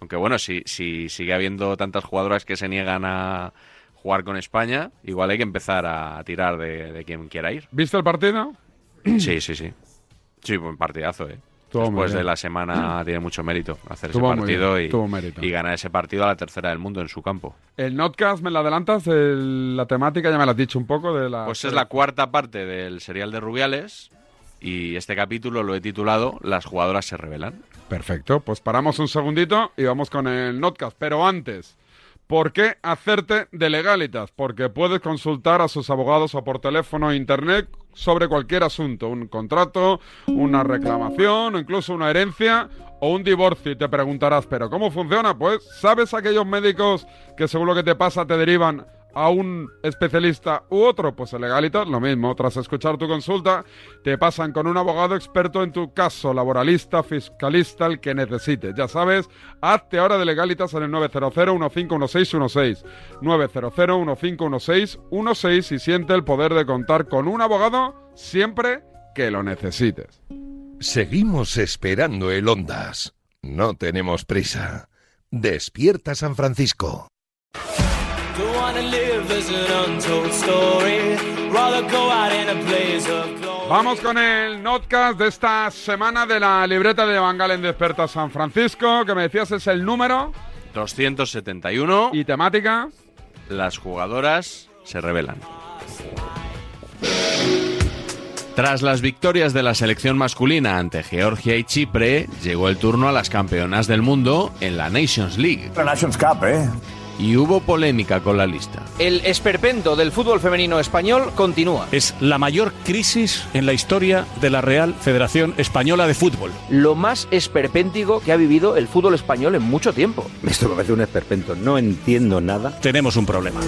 S2: Aunque bueno, si, si sigue habiendo tantas jugadoras que se niegan a jugar con España, igual hay que empezar a tirar de, de quien quiera ir.
S1: ¿Viste el partido?
S2: Sí, sí, sí. Sí, buen partidazo, ¿eh?
S1: Estuvo muy
S2: Después
S1: bien.
S2: de la semana tiene mucho mérito hacer
S1: Estuvo
S2: ese
S1: muy
S2: partido
S1: bien,
S2: y,
S1: tuvo mérito.
S2: y ganar ese partido a la tercera del mundo en su campo.
S1: El notcast, ¿me la adelantas? El- la temática, ya me la has dicho un poco. de la
S2: Pues es la cuarta parte del serial de Rubiales y este capítulo lo he titulado Las jugadoras se revelan.
S1: Perfecto, pues paramos un segundito y vamos con el notcast. Pero antes, ¿por qué hacerte de legalitas? Porque puedes consultar a sus abogados o por teléfono o internet sobre cualquier asunto, un contrato, una reclamación o incluso una herencia o un divorcio. Y te preguntarás, ¿pero cómo funciona? Pues, ¿sabes aquellos médicos que según lo que te pasa te derivan a un especialista u otro, pues en Legalitas lo mismo. Tras escuchar tu consulta, te pasan con un abogado experto en tu caso, laboralista, fiscalista, el que necesites. Ya sabes, hazte ahora de Legalitas en el 900 151616 900 151616 y siente el poder de contar con un abogado siempre que lo necesites.
S19: Seguimos esperando el Ondas. No tenemos prisa. Despierta San Francisco.
S1: Vamos con el notcast de esta semana de la libreta de Van Galen Desperta San Francisco, que me decías es el número
S2: 271.
S1: y temática.
S2: Las jugadoras se revelan. Tras las victorias de la selección masculina ante Georgia y Chipre, llegó el turno a las campeonas del mundo en la Nations League.
S20: La Nations Cup, ¿eh?
S2: Y hubo polémica con la lista.
S21: El esperpento del fútbol femenino español continúa.
S11: Es la mayor crisis en la historia de la Real Federación Española de Fútbol.
S21: Lo más esperpéntico que ha vivido el fútbol español en mucho tiempo.
S22: Esto me parece un esperpento, no entiendo nada.
S11: Tenemos un problema.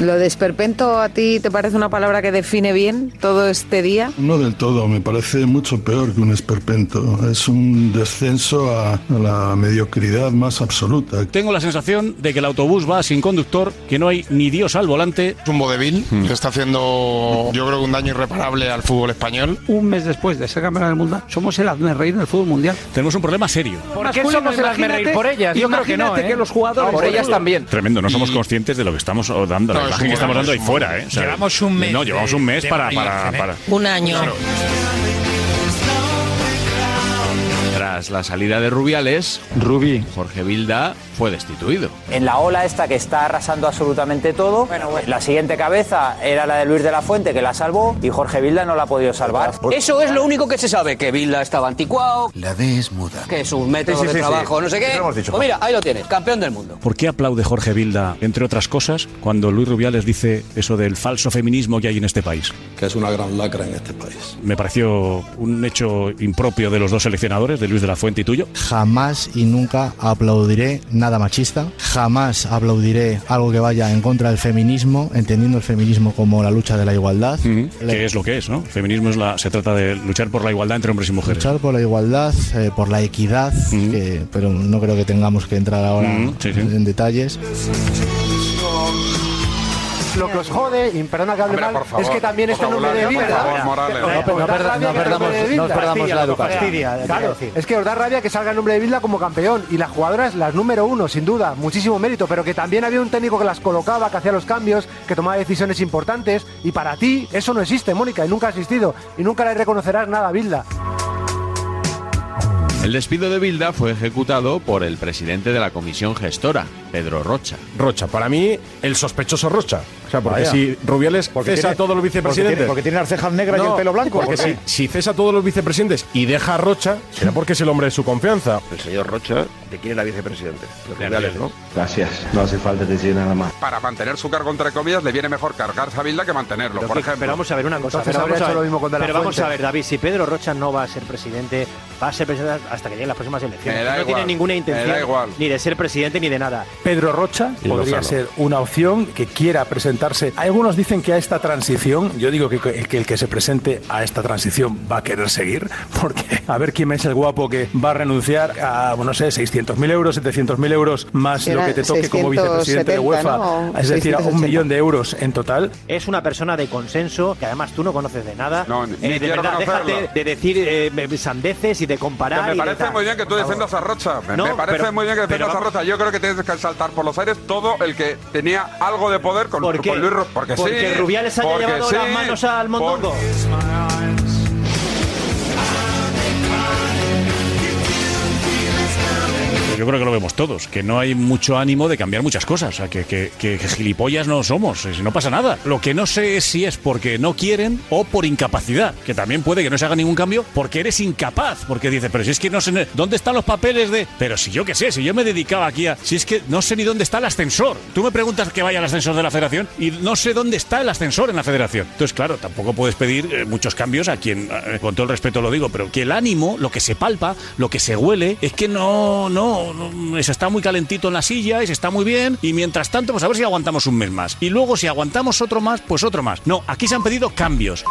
S23: ¿Lo de esperpento a ti te parece una palabra que define bien todo este día?
S24: No del todo, me parece mucho peor que un esperpento. Es un descenso a, a la mediocridad más absoluta.
S11: Tengo la sensación de que el autobús va sin conductor, que no hay ni Dios al volante. Mm.
S25: Es un vodevil que está haciendo, yo creo, un daño irreparable al fútbol español.
S26: Un mes después de ser campeona del mundo, somos el hazme reír del fútbol mundial.
S11: Tenemos un problema serio.
S21: ¿Por qué somos el hazme reír? ¿Por ellas? Yo creo que no,
S26: Imagínate
S21: ¿eh?
S26: que los jugadores-
S21: por ellas también.
S11: Tremendo, no somos conscientes de lo que estamos dando, la
S25: No, es
S11: imagen
S25: un-
S11: que estamos dando ahí
S25: es un-
S11: fuera. ¿eh? O sea,
S14: Llevamos un mes
S11: No, llevamos un mes
S14: de-
S11: para-
S14: de
S11: para,
S14: margen, ¿eh?
S11: para,
S13: Un año.
S2: Tras la salida de Rubiales, Rubi. Jorge Vilda fue destituido.
S22: En la ola esta que está arrasando absolutamente todo, la siguiente cabeza era la de Luis de la Fuente que la salvó y Jorge Vilda no la ha podido salvar.
S21: Eso es lo único que se sabe, que Vilda estaba anticuado,
S22: La D es muda.
S21: que sus métodos
S11: Sí, sí,
S21: de
S11: sí, sí.
S21: trabajo, no sé qué.
S11: Eso lo hemos dicho.
S21: Pues mira, ahí lo tienes, campeón del mundo.
S11: ¿Por qué aplaude Jorge Vilda, entre otras cosas, cuando Luis Rubiales dice eso del falso feminismo que hay en este país?
S25: Que es una gran lacra en este país.
S11: Me pareció un hecho impropio de los dos seleccionadores, de Luis de la Fuente y tuyo.
S27: Jamás y nunca aplaudiré nada machista, jamás aplaudiré algo que vaya en contra del feminismo, entendiendo el feminismo como la lucha de la igualdad,
S11: Mm. Que es lo que es, ¿no? Feminismo es la, se trata de luchar por la igualdad entre hombres y mujeres.
S27: luchar por la igualdad, eh, por la equidad, que- pero no creo que tengamos que entrar ahora
S11: Mm, sí, sí.
S27: en detalles.
S28: Lo que os jode, y perdona que hable
S25: Hombre,
S28: mal,
S25: por favor,
S28: es que también
S25: por
S28: este nombre
S25: favor,
S28: de
S25: por
S28: Bilda.
S25: favor, Morales. No,
S28: Os da
S25: perda-
S28: rabia
S25: no
S28: que el nombre
S25: perdamos-
S28: de Bilda.
S25: no perdamos la
S28: lo
S25: educación.
S28: fastidia, Claro,
S25: decir.
S28: es que os da rabia que salga el nombre de Bilda como campeón. Y las jugadoras, las número uno, sin duda, muchísimo mérito. Pero que también había un técnico que las colocaba, que hacía los cambios, que tomaba decisiones importantes. Y para ti, eso no existe, Mónica, y nunca ha existido. Y nunca le reconocerás nada a Bilda.
S2: El despido de Vilda fue ejecutado por el presidente de la comisión gestora, Pedro Rocha.
S28: Rocha, para mí, el sospechoso Rocha. O sea, porque
S2: Vaya.
S28: si Rubiales
S2: Porque
S28: cesa
S2: tiene-
S28: a todos los
S2: porque
S28: vicepresidentes.
S2: tiene- porque tiene
S28: las cejas
S2: negras y el pelo blanco,
S28: Porque
S2: ¿por
S28: si,
S2: qué?
S28: si cesa a todos los vicepresidentes y deja a Rocha, será porque es el hombre de su confianza.
S29: El señor Rocha, ¿de quién era vicepresidente? De Rubiales, ¿no?
S30: Gracias, no hace falta decir nada más.
S1: Para mantener su cargo, entre comillas, le viene mejor cargarse a Bilda que mantenerlo, por ejemplo.
S29: Pero vamos a ver una cosa.
S1: Entonces
S29: pero
S1: habría
S29: vamos a
S1: hecho
S29: ver-
S1: lo mismo con De La
S29: pero vamos
S1: Fuente.
S29: a ver, David, si Pedro Rocha no va a ser presidente, va a ser presidente hasta que lleguen las próximas elecciones.
S1: Me da
S29: no
S1: igual,
S29: tiene ninguna
S1: me da
S29: intención
S1: igual.
S29: ni de ser presidente ni de nada.
S28: Pedro Rocha
S29: Y
S28: podría
S29: Lozano.
S28: ser una opción que quiera presentarse. Algunos dicen que a esta transición, yo digo que, que el que se presente a esta transición va a querer seguir, porque a ver quién es el guapo que va a renunciar a, bueno, no sé, 600.000 euros, 700.000 euros, más lo
S29: Era
S28: que te toque como
S29: 670,
S28: vicepresidente de UEFA,
S29: ¿no?
S28: es decir, a un
S29: 680.
S28: millón de euros en total.
S29: Es una persona de consenso, que además tú no conoces de nada.
S1: ni-
S29: Eh,
S1: ni
S29: de
S1: quiero
S29: verdad,
S1: conocerlo.
S29: déjate de decir eh, sandeces y de comparar.
S1: Que
S29: y
S1: me
S29: de
S1: parece
S29: tal.
S1: muy bien que tú
S29: Por favor.
S1: defiendas a Rocha. Me,
S29: No,
S1: me parece
S29: pero-
S1: muy bien que
S29: pero
S1: defiendas a
S29: vamos-
S1: Rocha. Yo creo que tienes que saltar por los aires todo el que tenía algo de poder con,
S29: ¿Por qué?
S1: con Luis Ro- Porque,
S29: Porque
S1: sí.
S29: Rubiales haya
S1: porque
S29: llevado
S1: sí,
S29: las manos al mondongo.
S11: Yo creo que lo vemos todos, que no hay mucho ánimo de cambiar muchas cosas, o sea, que, que- que gilipollas no somos, eh, no pasa nada. Lo que no sé es si es porque no quieren o por incapacidad, que también puede que no se haga ningún cambio porque eres incapaz, porque dices, pero si es que no sé, ¿dónde están los papeles de...? Pero si yo qué sé, si yo me dedicaba aquí a... Si es que no sé ni dónde está el ascensor. Tú me preguntas que vaya al ascensor de la federación y no sé dónde está el ascensor en la federación. Entonces, claro, tampoco puedes pedir eh, muchos cambios a quien, eh, con todo el respeto lo digo, pero que el ánimo, lo que se palpa, lo que se huele, es que no, no, no, no, se está muy calentito en la silla y se está muy bien. Y mientras tanto, pues a ver si aguantamos un mes más. Y luego, si aguantamos otro más, pues otro más. No, aquí se han pedido cambios.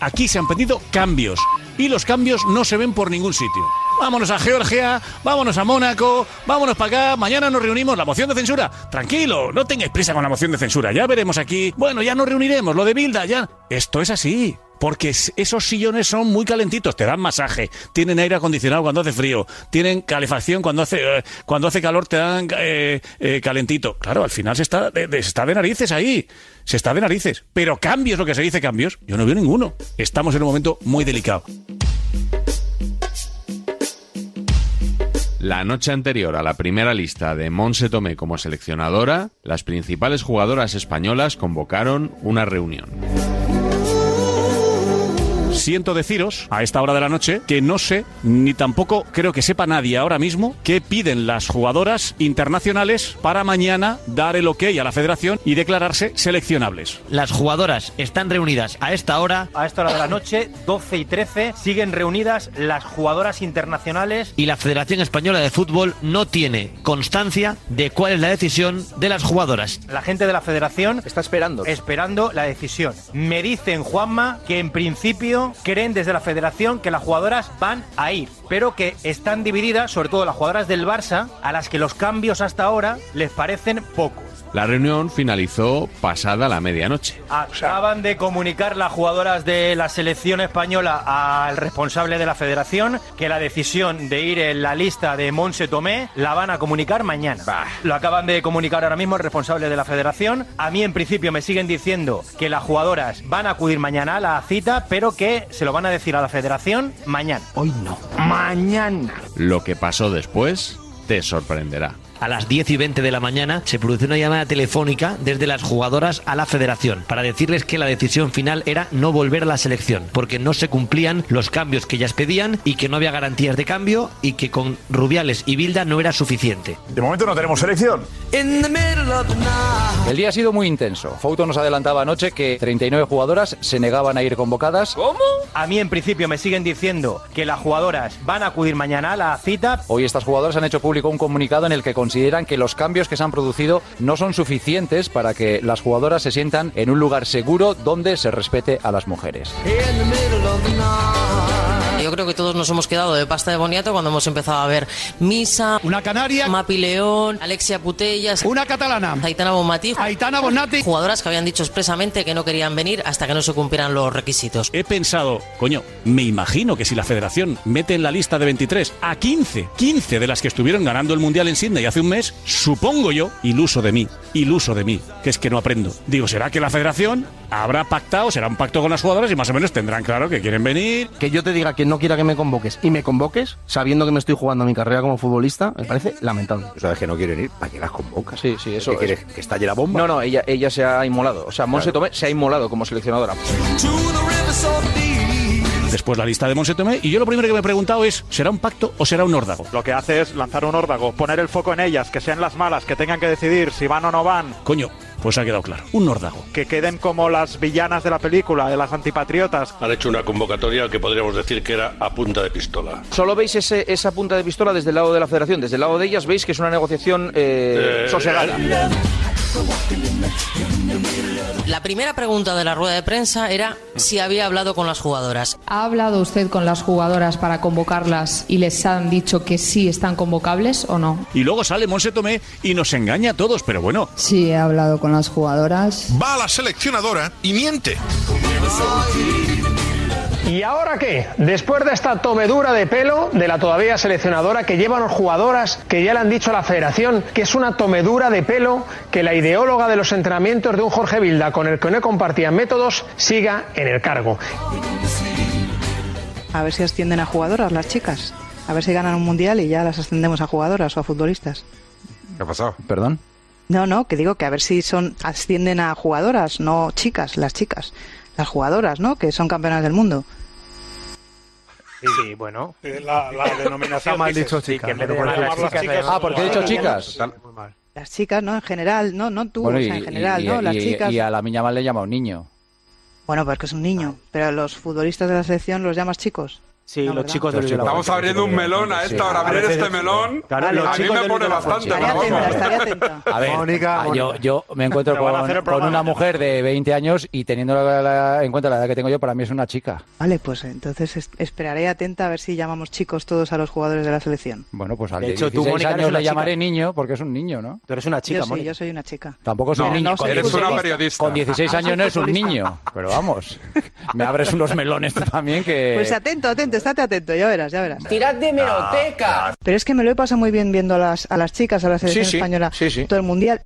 S11: Aquí se han pedido cambios. Y los cambios no se ven por ningún sitio. Vámonos a Georgia, vámonos a Mónaco, vámonos para acá. Mañana nos reunimos. La moción de censura. Tranquilo, no tengáis prisa con la moción de censura. Ya veremos aquí. Bueno, ya nos reuniremos. Lo de Bilda, ya. Esto es así. Porque es- esos sillones son muy calentitos, te dan masaje, tienen aire acondicionado cuando hace frío, tienen calefacción cuando hace eh, cuando hace calor te dan eh, eh, calentito. Claro, al final se está de, de- se está de narices ahí, se está de narices. Pero cambios, lo que se dice cambios, yo no veo ninguno. Estamos en un momento muy delicado.
S2: La noche anterior a la primera lista de Monse Tomé como seleccionadora, las principales jugadoras españolas convocaron una reunión.
S11: Siento deciros a esta hora de la noche que no sé, ni tampoco creo que sepa nadie ahora mismo, qué piden las jugadoras internacionales para mañana dar el ok a la federación y declararse seleccionables.
S3: Las jugadoras están reunidas a esta hora
S29: A esta hora de la noche, 12 y 13, siguen reunidas las jugadoras internacionales.
S3: y la Federación Española de Fútbol no tiene constancia de cuál es la decisión de las jugadoras.
S29: La gente de la federación está esperando. Esperando la decisión. Me dicen, Juanma, que en principio creen desde la federación que las jugadoras van a ir, pero que están divididas, sobre todo las jugadoras del Barça, a las que los cambios hasta ahora les parecen pocos.
S2: La reunión finalizó pasada la medianoche.
S29: Acaban de comunicar las jugadoras de la selección española al responsable de la federación que la decisión de ir en la lista de Monse Tomé la van a comunicar mañana. Lo acaban de comunicar ahora mismo el responsable de la federación. A mí en principio me siguen diciendo que las jugadoras van a acudir mañana a la cita, pero que se lo van a decir a la federación mañana. Hoy no. Mañana.
S2: Lo que pasó después te sorprenderá.
S3: A las 10 y 20 de la mañana se produce una llamada telefónica desde las jugadoras a la federación para decirles que la decisión final era no volver a la selección porque no se cumplían los cambios que ellas pedían y que no había garantías de cambio y que con Rubiales y Bilda no era suficiente.
S28: De momento no tenemos selección.
S4: El día ha sido muy intenso. Fouto nos adelantaba anoche que 39 jugadoras se negaban a ir convocadas.
S29: ¿Cómo? A mí en principio me siguen diciendo que las jugadoras van a acudir mañana a la cita,
S4: Hoy estas jugadoras han hecho público un comunicado en el que consideran que los cambios que se han producido no son suficientes para que las jugadoras se sientan en un lugar seguro donde se respete a las mujeres.
S13: Yo creo que todos nos hemos quedado de pasta de boniato cuando hemos empezado a ver Misa, Una Canaria, Mapi León, Alexia Putellas, Una Catalana, Aitana Bonmatí, Aitana Bonati, jugadoras que habían dicho expresamente que no querían venir hasta que no se cumplieran los requisitos.
S11: He pensado, coño, me imagino que si la federación mete en la lista de 23 a 15, 15 de las que estuvieron ganando el Mundial en Sydney hace un mes, supongo yo, iluso de mí, iluso de mí, que es que no aprendo. Digo, ¿será que la federación habrá pactado, será un pacto con las jugadoras y más o menos tendrán claro que quieren venir?
S5: Que yo te diga que no quiera que me convoques y me convoques sabiendo que me estoy jugando mi carrera como futbolista, me parece lamentable.
S6: Sabes que no quieren ir, ¿para qué las convocas?
S4: Sí, sí, eso
S6: ¿Qué
S4: es.
S6: quieres? ¿Que estalle la bomba?
S4: No, no, ella, ella se ha inmolado. O sea, Monse Tomé se ha inmolado como seleccionadora.
S11: Después la lista de Monse Tomé y yo lo primero que me he preguntado es, ¿será un pacto o será un órdago?
S7: Lo que hace es lanzar un órdago, Pues poner el foco en ellas, que sean las malas, que tengan que decidir si van o no van,
S11: Coño, pues ha quedado claro, un órdago.
S7: que queden como las villanas de la película, de las antipatriotas.
S8: Han hecho una convocatoria que podríamos decir que era a punta de pistola.
S4: Solo veis ese- esa punta de pistola desde el lado de la federación. Desde el lado de ellas veis que es una negociación eh,
S8: Eh,
S4: sosegada.
S13: La primera pregunta de la rueda de prensa era si había hablado con las jugadoras.
S7: ¿Ha hablado usted con las jugadoras para convocarlas y les han dicho que sí están convocables o no?
S11: Y luego sale Monse Tomé y nos engaña a todos, pero bueno,
S8: Sí, he hablado con las jugadoras.
S11: va a la seleccionadora y miente.
S9: ¿Y ahora qué? Después de esta tomedura de pelo de la todavía seleccionadora que llevan los jugadoras que ya le han dicho a la federación que es una tomedura de pelo que la ideóloga de los entrenamientos de un Jorge Vilda con el que no compartían métodos siga en el cargo.
S8: A ver si ascienden a jugadoras las chicas. A ver si ganan un mundial y ya las ascendemos a jugadoras o a futbolistas.
S4: ¿Qué ha pasado? Perdón.
S8: No, no, que digo que a ver si son ascienden a jugadoras, no chicas, las chicas. Las jugadoras, ¿no? Que son campeonas del mundo.
S29: Sí, sí, bueno.
S7: Eh, La, la denominación.
S29: Está mal
S7: dices,
S29: dicho
S7: sí,
S29: chicas,
S7: que en vez
S29: no
S7: de
S29: puedes
S7: llamarlas
S29: decir
S7: chicas,
S29: chicas,
S7: le
S29: Ah,
S7: llamamos
S4: porque he dicho
S7: jugadoras.
S4: chicas.
S8: Las chicas, ¿no? En general, no, no tú, o sea, en general, ¿no? las
S4: y-
S8: chicas.
S4: y a la miña mal le he llamado niño.
S8: Bueno, porque es un niño, pero a los futbolistas de la selección los llamas chicos.
S31: Sí, los chicos de
S1: Los
S31: Luis de la
S1: chicos.
S31: Fuente.
S1: Estamos abriendo un melón a esta hora. Abrir este melón
S31: Claro,
S1: a
S31: los
S1: mí
S31: chicos
S1: me
S31: de
S1: pone
S31: Luis de la Fuente.
S1: bastante. pero vamos.
S14: A ver,
S31: Mónica,
S14: ah, yo, yo me encuentro
S31: Pero van a hacer
S14: con,
S31: el
S14: con
S31: programa
S14: una mujer de 20 años y teniendo la- la- en cuenta la edad que tengo yo, para mí es una chica.
S8: Vale, pues entonces es- esperaré atenta a ver si llamamos chicos todos a los jugadores de la selección.
S14: Bueno, pues al
S8: De
S14: de
S8: hecho, tú,
S14: 16
S8: Mónica, eres
S14: años
S8: una
S14: le llamaré
S8: chica.
S14: niño porque es un niño, ¿no?
S31: Tú eres una
S8: yo sí, yo soy una chica.
S14: Tampoco soy
S8: No,
S14: un niño.
S8: no,
S14: con
S8: eres
S14: 16
S8: una
S14: años-
S8: periodista.
S14: Con 16
S8: Ah,
S14: años no es un
S8: futbolista.
S14: niño, pero vamos, me abres unos melones tú también que...
S8: Pues atento, atento, estate atento, ya verás, ya verás.
S14: Tirad de
S21: Ah,
S8: meroteca. Pero es que me lo he pasado muy bien viendo a las, a las chicas, a la selección
S2: sí,
S8: española, todo el mundial.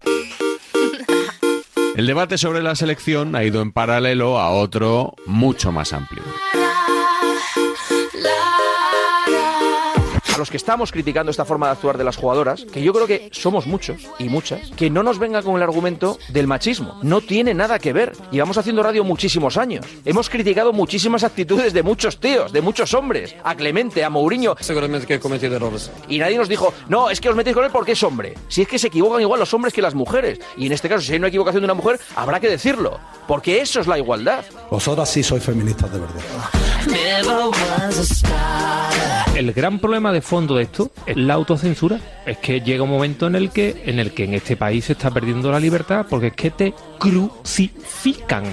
S2: El debate sobre la selección ha ido en paralelo a otro mucho más amplio.
S21: A los que estamos criticando esta forma de actuar de las jugadoras, que yo creo que somos muchos y muchas, que no nos venga con el argumento del machismo. No tiene nada que ver. Llevamos haciendo radio muchísimos años. Hemos criticado muchísimas actitudes de muchos tíos, de muchos hombres. A Clemente, a Mourinho. Seguramente que he cometido errores. Y nadie nos dijo, no, es que os metéis con él porque es hombre. Si es que se equivocan igual los hombres que las mujeres. Y en este caso, si hay una equivocación de una mujer, habrá que decirlo. Porque eso es la igualdad.
S24: Vosotras Pues sí sois feministas de verdad.
S10: El gran problema de fondo de esto es la autocensura. Es que llega un momento en el que en el que en este país se está perdiendo la libertad porque es que te crucifican.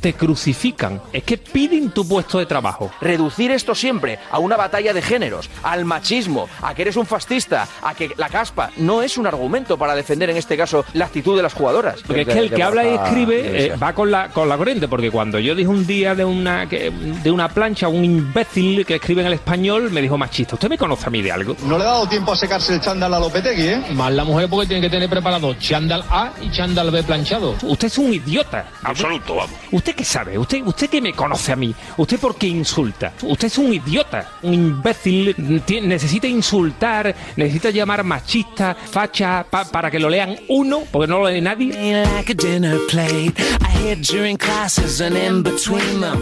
S10: Te crucifican. Es que piden tu puesto de trabajo.
S21: Reducir esto siempre a una batalla de géneros, al machismo, a que eres un fascista, a que la caspa, no es un argumento para defender en este caso la actitud de las jugadoras. Ah,
S10: Porque es que el que habla y escribe eh,
S21: Iglesias.
S10: va con la, con la corriente, porque cuando yo dije un día de una, que- de una plancha, un imbécil que escribe en el español, me dijo machista, ¿usted me conoce a mí de algo?
S32: No le ha dado tiempo a secarse el chándal a Lopetegui, ¿eh?
S10: Más la mujer porque tiene que tener preparado chándal A y chándal B planchado. Usted es un idiota. Absoluto, vamos. ¿Usted qué sabe? ¿Usted, usted qué me conoce a mí? ¿Usted por qué insulta? Usted es un idiota, un imbécil. Tie- Necesita insultar, necesita llamar machista, facha, pa- para que lo lean uno, porque no lo lee nadie.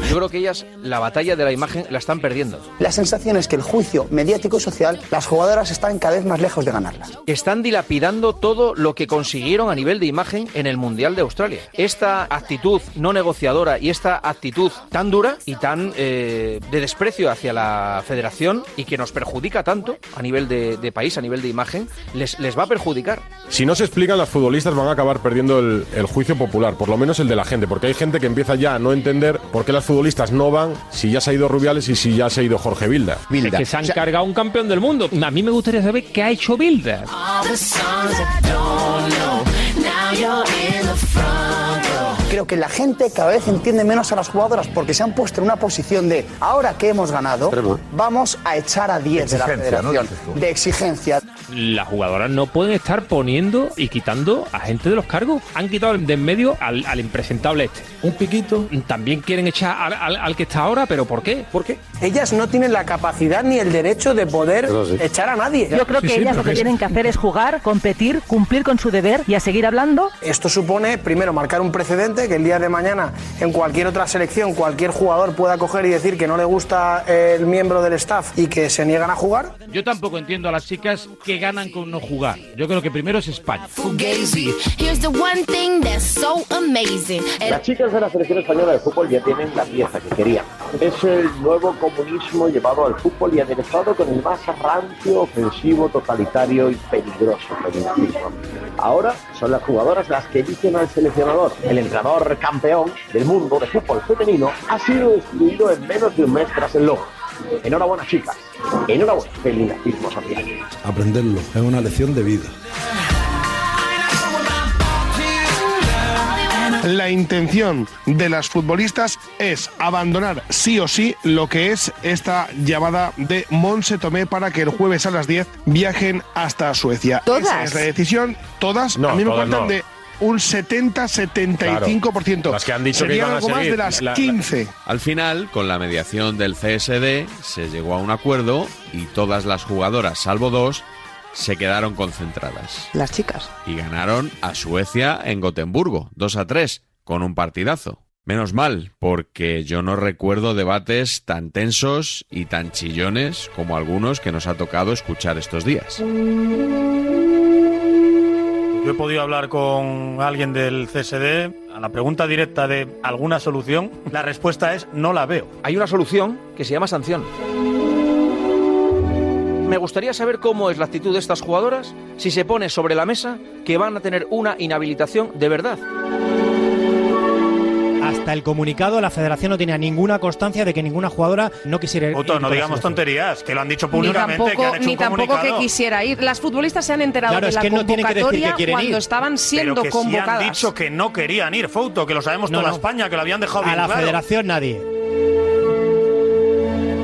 S21: Yo creo que ellas la batalla de la imagen la están perdiendo.
S29: La sensación es que el juicio mediático y social, las jugadoras están cada vez más lejos de ganarlas.
S21: Están dilapidando todo lo que consiguieron a nivel de imagen en el Mundial de Australia. Esta actitud no negociadora y esta actitud tan dura y tan eh, de desprecio hacia la federación y que nos perjudica tanto a nivel de, de país, a nivel de imagen, les, les va a perjudicar.
S11: Si no se explican, las futbolistas van a acabar perdiendo el, el juicio popular, por lo menos el de la gente, porque hay gente que empieza ya a no entender por qué las futbolistas no van si ya se ha ido Rubiales y si ya se ha ido Jorge Vilda.
S10: Es que se han cargado un campeón del mundo. A mí me gustaría saber qué ha hecho Bilda.
S29: Creo que la gente cada vez entiende menos a las jugadoras porque se han puesto en una posición de ahora que hemos ganado, vamos a echar a 10 de la
S10: Exigencia, ¿no?
S29: federación. De exigencia.
S10: Las jugadoras no pueden estar poniendo y quitando a gente de los cargos. Han quitado de en medio al, al impresentable este. Un piquito. También quieren echar al, al- al que está ahora, pero ¿por qué? ¿Por qué?
S29: Ellas no tienen la capacidad ni el derecho de poder
S10: Eso sí.
S29: echar a nadie.
S13: Yo creo que ellas lo que tienen que hacer es jugar, competir, cumplir con su deber y a seguir hablando.
S29: Esto supone, primero, marcar un precedente que el día de mañana en cualquier otra selección cualquier jugador pueda coger y decir que no le gusta el miembro del staff y que se niegan a jugar.
S33: Yo tampoco entiendo a las chicas que ganan con no jugar. Yo creo que primero es España.
S19: Las chicas de la selección española de fútbol ya tienen la pieza que querían. Es el nuevo comunismo llevado al fútbol y aderezado con el más rancio, ofensivo, totalitario y peligroso feminismo. Ahora son las jugadoras las que dicen al seleccionador. El entrenador campeón del mundo de fútbol femenino ha sido destruido en menos de un mes tras el logo. Enhorabuena, chicas. Enhorabuena, feminacismo social.
S24: Aprenderlo es una lección de vida.
S20: La intención de las futbolistas es abandonar sí o sí lo que es esta llamada de Monse Tomé para que el jueves a las 10 viajen hasta Suecia.
S4: ¿Todas?
S20: Esa es la decisión, todas.
S11: No,
S20: a mí me
S11: todas
S20: cuentan
S11: no.
S20: de un 70-75%.
S11: Las que han dicho que
S20: Serían
S11: iban a
S20: algo más
S11: seguir.
S20: de las
S11: La- la-
S20: 15.
S2: Al final, con la mediación del CSD, se llegó a un acuerdo y todas las jugadoras, salvo dos, se quedaron concentradas.
S8: Las chicas.
S2: Y ganaron a Suecia en Gotemburgo, 2 a 3, con un partidazo. Menos mal, porque yo no recuerdo debates tan tensos y tan chillones como algunos que nos ha tocado escuchar estos días.
S34: Yo he podido hablar con alguien del CSD a la pregunta directa de ¿alguna solución? La respuesta es no la veo.
S21: Hay una solución que se llama sanción. Me gustaría saber cómo es la actitud de estas jugadoras si se pone sobre la mesa que van a tener una inhabilitación de verdad.
S3: Hasta el comunicado, la federación no tenía ninguna constancia de que ninguna jugadora no quisiera ir.
S24: Otto,
S3: con la
S24: no digamos
S3: selección.
S24: tonterías, que lo han dicho
S3: Ni
S24: públicamente,
S3: tampoco-
S24: que han hecho
S3: ni
S24: un
S3: tampoco
S24: comunicado.
S5: que quisiera ir. Las futbolistas se han enterado
S24: Claro,
S5: de
S24: es
S5: la
S24: que no tienen que decir que
S5: convocatoria
S24: quieren
S5: cuando
S24: ir.
S5: estaban siendo
S24: Pero que sí
S5: convocadas.
S24: han dicho que no querían ir, Fouto, que lo sabemos
S3: No,
S24: toda
S3: no.
S24: España, que lo habían dejado
S3: A
S24: bien
S3: la
S24: claro.
S3: federación nadie.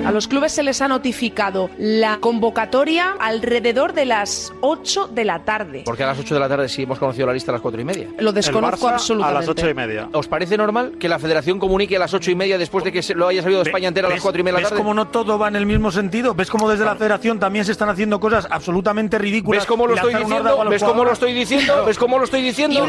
S5: A los clubes se les ha notificado la convocatoria alrededor de las 8 de la tarde.
S21: Porque a las 8 de la tarde sí hemos conocido la lista a las 4 y media.
S5: Lo desconozco absolutamente.
S24: media.
S21: ¿Os parece normal que la federación comunique a las 8 y media después de que se lo haya sabido España entera a las
S24: ¿Ves-
S21: 4 y media de la
S24: ¿Ves
S21: tarde?
S24: cómo no todo va en el mismo sentido? ¿Ves cómo desde la federación también se están haciendo cosas absolutamente ridículas?
S21: ¿Ves cómo lo
S24: y
S21: estoy
S24: lanzar un órdago a
S21: diciendo?
S24: los
S21: ¿Ves cómo lo
S24: jugadores?
S21: estoy diciendo? ¿Ves cómo lo estoy diciendo?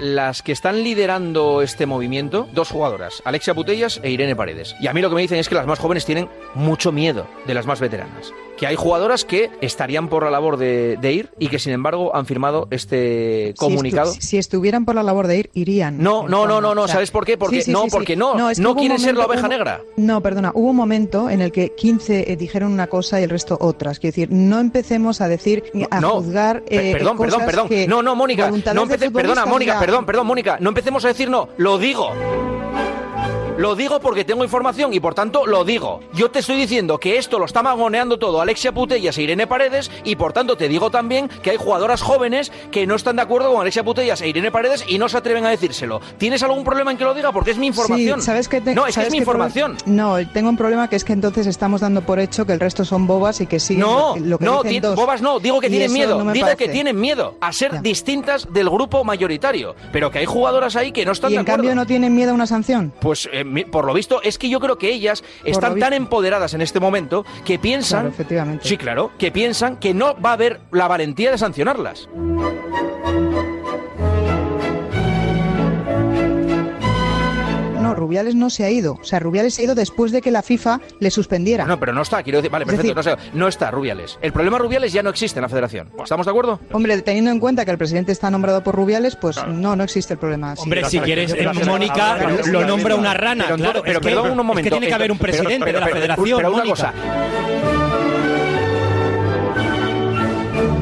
S21: Las que están liderando este movimiento, dos jugadoras, Alexia Putellas e Irene Paredes. Y a mí lo que me dicen es que las más jóvenes tienen mucho miedo de las más veteranas. Que hay jugadoras que estarían por la labor de, de ir y que sin embargo han firmado este
S8: Si estu-
S21: comunicado.
S8: Si, estuvieran por la labor de ir, irían.
S21: No, no, no, no, no,
S8: O sea,
S21: ¿sabes por qué? Porque
S8: sí, sí,
S21: no,
S8: sí, sí.
S21: porque no, no,
S8: es que hubo un
S21: quieren ser la
S8: momento-
S21: oveja
S8: hubo-
S21: negra.
S8: No, perdona, hubo un momento en el que 15 eh, dijeron una cosa y el resto otras. Quiero decir, no empecemos a decir, ni a
S21: no.
S8: juzgar.
S21: Pe-
S8: eh,
S21: perdón,
S8: cosas
S21: perdón, perdón.
S8: que
S21: No, no, Mónica.
S8: voluntades
S21: No
S8: de
S21: empece- perdona,
S8: futbolistas
S21: Mónica,
S8: ya-
S21: perdón, perdón, Mónica. No empecemos a decir no. Lo digo. Lo digo porque tengo información y por tanto lo digo. Yo te estoy diciendo que esto lo está magoneando todo Alexia Putellas e Irene Paredes y por tanto te digo también que hay jugadoras jóvenes que no están de acuerdo con Alexia Putellas e Irene Paredes y no se atreven a decírselo. ¿Tienes algún problema en que lo diga? Porque es mi información.
S8: Sí, ¿sabes que te-
S21: no, es que
S8: sabes
S21: es mi
S8: qué proble-
S21: información.
S8: No, tengo un problema que es que entonces estamos dando por hecho que el resto son bobas y que siguen
S21: No,
S8: lo, que- lo que
S21: no,
S8: dicen
S21: ti-
S8: dos.
S21: bobas no, digo que
S8: Y
S21: tienen
S8: eso
S21: miedo,
S8: no me
S21: digo que
S8: parece.
S21: tienen miedo a ser distintas del grupo mayoritario, pero que hay jugadoras ahí que no están
S8: Y
S21: de
S8: en
S21: acuerdo.
S8: cambio no tienen miedo a una sanción.
S21: Pues eh, mi- por lo visto es que yo creo que ellas están
S8: lo
S21: tan
S8: visto.
S21: empoderadas en este momento que piensan,
S8: Claro, efectivamente.
S21: sí claro, que piensan que no va a haber la valentía de sancionarlas.
S8: No, Rubiales no se ha ido. O sea, Rubiales se ha ido después de que la FIFA le suspendiera.
S21: No, pero no está, quiero decir, vale,
S8: Es
S21: perfecto,
S8: decir-
S21: no, sé, no está Rubiales. El problema Rubiales ya no existe en la Federación. ¿Estamos de acuerdo?
S8: Hombre, teniendo en cuenta que el presidente está nombrado por Rubiales, pues no, no existe el problema. Sí.
S3: Hombre, si quieres, eh,
S21: Pero-
S3: Mónica
S21: pero-
S3: lo lo nombra una rana.
S21: Pero,
S3: claro,
S21: pero
S3: es que-
S21: perdón un
S3: Es
S21: momento.
S3: que tiene que haber un
S21: Pero-
S3: presidente
S21: pero-
S3: de la
S21: pero-
S3: federación.
S21: Pero una
S3: Mónica.
S21: cosa.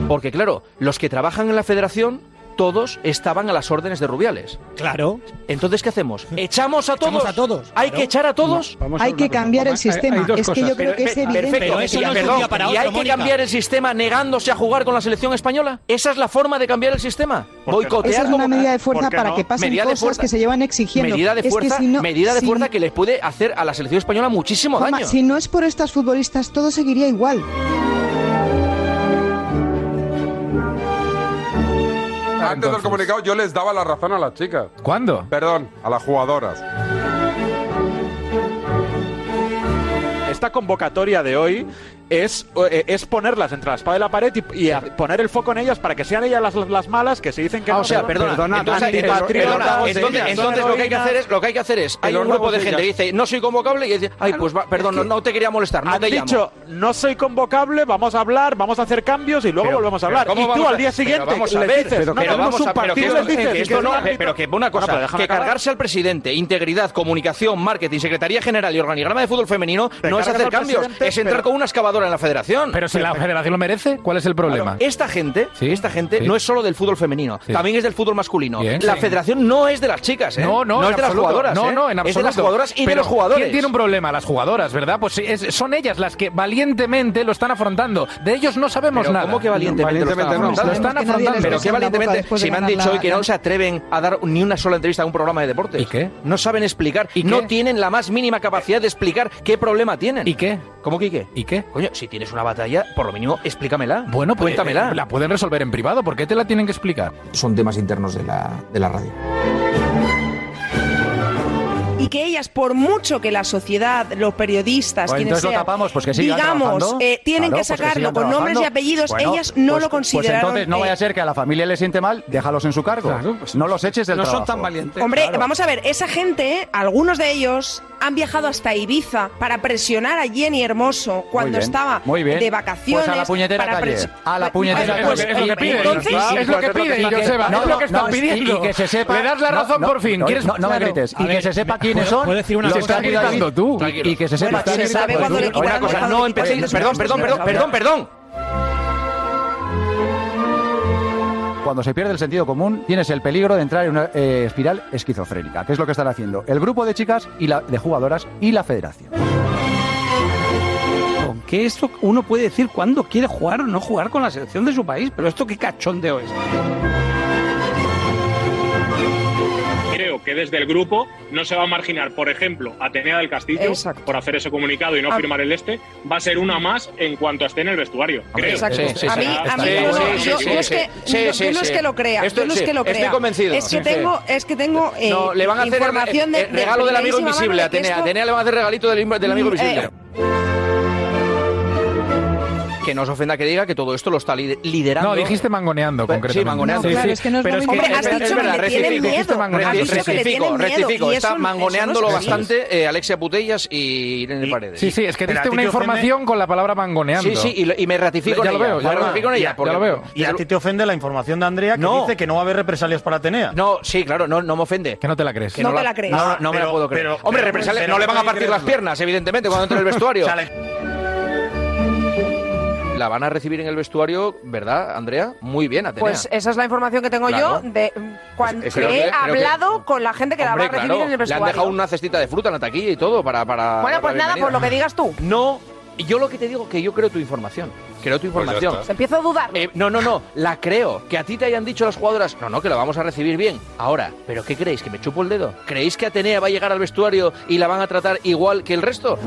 S21: Porque claro, los que trabajan en la federación, todos estaban a las órdenes de Rubiales.
S3: Claro.
S21: Entonces, ¿qué hacemos? ¿Echamos a todos?
S3: a todos,
S21: ¿Hay
S3: claro.
S21: que echar a todos?
S3: No, vamos a Hay ver una que cosa. cambiar el Hay- hay sistema. dos Es que cosas. yo creo que es
S21: Pe-
S3: evidente.
S21: eh, Perfecto.
S3: Pero eso no es de un
S21: Perdón,
S3: día para
S21: ¿Y
S3: otro,
S21: hay que
S3: Mónica.
S21: cambiar el sistema negándose a jugar con la selección española? ¿Esa es la forma de cambiar el sistema? Boicotear
S8: Esa es una
S21: como-
S8: medida de fuerza
S21: ¿Por qué
S8: para
S21: no?
S8: que pasen
S21: Medida de
S8: cosas
S21: fuerza.
S8: que se llevan exigiendo.
S21: Medida de
S8: Es que
S21: fuerza,
S8: si no-
S21: medida de
S8: si
S21: fuerza
S8: no-
S21: que les puede hacer a la selección española muchísimo
S8: Juanma,
S21: daño.
S8: si no es por estas futbolistas, todo seguiría igual.
S1: Antes del comunicado yo les daba la razón a las chicas.
S6: ¿Cuándo?
S1: Perdón, a las jugadoras.
S6: Esta convocatoria de hoy es, eh, es ponerlas entre la espada y la pared y, y a- poner el foco en ellas para que sean ellas las, las malas que se dicen que
S21: Ah,
S6: no
S21: o sea,
S6: son.
S21: perdona, entonces,
S6: antipatriotas,
S21: perdona,
S6: son
S21: entonces,
S6: heroínas,
S21: entonces
S6: son
S21: lo que hay que hacer
S6: heroínas.
S21: es lo que hay que hacer es hay
S6: El
S21: un
S6: horno
S21: grupo de
S6: botellas.
S21: gente que dice no soy convocable y dice ay pues va, perdón no, no te quería molestar no
S6: Han
S21: te llamo.
S6: dicho, no soy convocable, vamos a hablar, vamos a hacer cambios y luego
S21: Pero-
S6: volvemos a
S21: pero
S6: hablar.
S21: ¿cómo
S6: Y tú
S21: vamos a-
S6: al día
S21: pero
S6: siguiente
S21: vamos a
S6: les
S21: ver,
S6: dices,
S21: pero,
S6: no
S21: pero
S6: tenemos
S21: vamos
S6: un
S21: a- pero que
S6: partido,
S21: esto-
S6: les dices,
S21: que esto
S6: es
S21: no- eh,
S6: un árbitro.
S21: pero que una
S6: Bueno,
S21: cosa
S6: pero déjame
S21: que
S6: acabar.
S21: cargarse al presidente integridad comunicación marketing secretaría general y organigrama de fútbol femenino
S6: Te
S21: no es
S6: cargas
S21: hacer
S6: al
S21: cambios
S6: presidente,
S21: es entrar
S6: pero-
S21: con una excavadora en la federación
S6: Pero si la
S21: federación lo merece cuál es el
S6: problema?
S21: esta gente esta gente no es solo del fútbol femenino también es del fútbol masculino
S6: Bien.
S21: la
S6: Sí.
S21: federación no es de las chicas ¿eh?
S6: No, no,
S21: no
S6: en
S21: es de las
S6: absoluto.
S21: jugadoras
S6: No,
S21: ¿eh?
S6: no, en
S21: es de las
S6: absoluto.
S21: jugadoras y de
S6: Pero
S21: los jugadores
S6: ¿quién tiene un problema? Las jugadoras, ¿verdad? Pues sí, es- son ellas las que valientemente lo están afrontando. De ellos no sabemos
S21: Pero
S6: nada.
S21: ¿Cómo que valientemente lo están afrontando?
S6: Lo están afrontando.
S21: Pero qué valientemente, si me han dicho hoy que no se atreven a dar ni una sola entrevista a un programa de deportes. ¿Y qué? No saben explicar. ¿Y no tienen la más mínima capacidad de explicar qué problema tienen. ¿Y qué? ¿Cómo que y qué? ¿Y qué? Coño, si tienes una batalla, por lo mínimo, explícamela.
S6: Bueno, pues,
S21: Cuéntamela.
S6: eh, la pueden resolver en privado. ¿Por qué te la tienen que explicar?
S21: Son temas internos de la, de la radio.
S5: Y que ellas, por mucho que la sociedad, los periodistas,
S14: Pues
S5: quienes
S14: entonces lo
S5: sean,
S14: tapamos, pues que sigan
S5: digamos,
S14: trabajando.
S5: eh, tienen
S14: Claro,
S5: que
S14: pues que
S5: sacarlo
S14: sigan
S5: con nombres y
S14: trabajando.
S5: apellidos,
S14: Bueno,
S5: ellas no
S14: pues-
S5: lo consideraron.
S14: Pues entonces no
S5: eh,
S14: vaya a ser que a la familia le siente mal, déjalos en su cargo.
S8: pues,
S14: no los eches del no son trabajo. tan valientes.
S5: Hombre,
S14: Claro.
S5: vamos a ver, esa gente, algunos de ellos, han viajado hasta Ibiza para presionar a Jenny Hermoso cuando
S14: bien,
S5: estaba
S14: muy bien.
S5: de vacaciones.
S14: Pues a la puñetera
S5: para
S14: calle,
S5: presi-
S14: a la
S5: Pues-
S14: puñetera
S5: pues-
S14: calle.
S5: pues-
S14: Es lo que piden,
S5: entonces-
S14: claro, es lo que piden, Y que- Joseba, no, es lo que no, están no, y- pidiendo. Y que se sepa.
S6: Le das la razón
S14: no,
S6: por fin,
S14: no,
S6: ¿quieres-
S14: No, no me
S6: Claro.
S14: grites.
S6: A
S14: Y que
S6: ver,
S14: se sepa
S6: me-
S14: quién
S21: quiénes son.
S35: ¿Puedo decir una
S21: Los
S35: cosa?
S21: que han gritado
S35: Tranquilo.
S21: tú.
S35: Tranquilo.
S21: Y que se sepa.
S35: Bueno, se sabe cuando le
S21: Una
S35: quitan-
S21: cosa,
S35: cuando
S21: no
S35: le quitan-
S21: empecéis. Perdón, perdón, perdón, perdón, perdón.
S14: Cuando se pierde el sentido común, tienes el peligro de entrar en una eh, espiral esquizofrénica, que es lo que están haciendo el grupo de chicas y la de jugadoras y la federación.
S29: Que esto uno puede decir cuándo quiere jugar o no jugar con la selección de su país, pero esto qué cachondeo es.
S11: Creo que desde el grupo no se va a marginar, por ejemplo, Atenea del Castillo por hacer ese comunicado y no
S5: Ah.
S11: firmar el este. Va a ser una más en cuanto esté en el vestuario. Creo.
S5: Exacto. a mí, a mí yo, no, yo- yo es que, yo- yo no es que lo crea,
S21: Esto
S5: yo no es
S21: sí,
S5: que lo crea.
S21: estoy convencido.
S5: Es que
S21: Sí.
S5: tengo, es que tengo eh,
S21: No, le van a hacer el-
S5: información de-
S21: el regalo
S5: de
S21: del amigo
S5: primerísima mano
S21: invisible.
S5: de que
S21: Atenea,
S5: esto-
S21: Atenea le van a hacer regalito del, im- del amigo
S5: Mm, eh,
S21: invisible. Que no os ofenda que diga que todo esto lo está li- liderando.
S36: No, dijiste mangoneando,
S21: Pero-
S36: concretamente.
S21: Sí, mangoneando.
S36: Sí, sí. Pero es
S21: Hombre, has
S36: es
S21: dicho que
S36: verdad,
S21: le tiene
S36: rectifico.
S21: miedo.
S36: Dijiste mangoneando.
S21: Rectifico, rectifico, rectifico. Está mangoneándolo bastante eh, Alexia Putellas y Irene Paredes.
S36: Sí, sí, es que diste una información con la palabra mangoneando.
S21: Sí, sí, y, lo- y me ratifico
S36: Ya
S21: en
S36: lo
S21: ella,
S36: veo, ya
S21: me
S36: lo veo.
S21: ratifico en
S36: Ya-
S21: ella.
S36: ya
S21: porque-
S36: lo veo.
S21: Y a ti te ofende la información de Andrea
S36: que
S21: no.
S36: dice
S21: que no va a haber represalias para Atenea. No, sí, claro, no, no me ofende.
S36: Que no te la crees.
S21: Que
S36: No te
S21: la
S36: la crees.
S21: No, no, no me
S36: Pero-
S21: la puedo creer.
S36: pero-
S21: Hombre,
S36: pero-
S21: represalias,
S36: pero
S21: no le van a
S36: puede
S21: partir las
S36: creerlo.
S21: piernas, evidentemente, cuando entre en el vestuario.
S36: O sea, le-
S21: La van a recibir en el vestuario, ¿verdad, Andrea? Muy bien, Atenea.
S5: Pues esa es la información que tengo
S21: Claro.
S5: yo de cuando
S21: Es- creo que-
S5: he
S21: creo que-
S5: hablado con la gente que
S21: Hombre,
S5: la va a recibir
S21: claro,
S5: en el
S21: le han dejado
S5: vestuario.
S21: una cestita de fruta en la taquilla y todo para... para
S5: Bueno,
S21: dar
S5: pues
S21: la
S5: nada,
S21: bienvenida.
S5: pues lo que digas tú.
S21: No, yo lo que te digo que yo creo tu información. Creo tu información.
S5: Se empiezo a dudar.
S21: Eh, no, no, no, la creo. Que a ti te hayan dicho las jugadoras, no, no, que la vamos a recibir bien. Ahora, ¿pero qué creéis? ¿Que me chupo el dedo? ¿Creéis que Atenea va a llegar al vestuario y la van a tratar igual que el resto?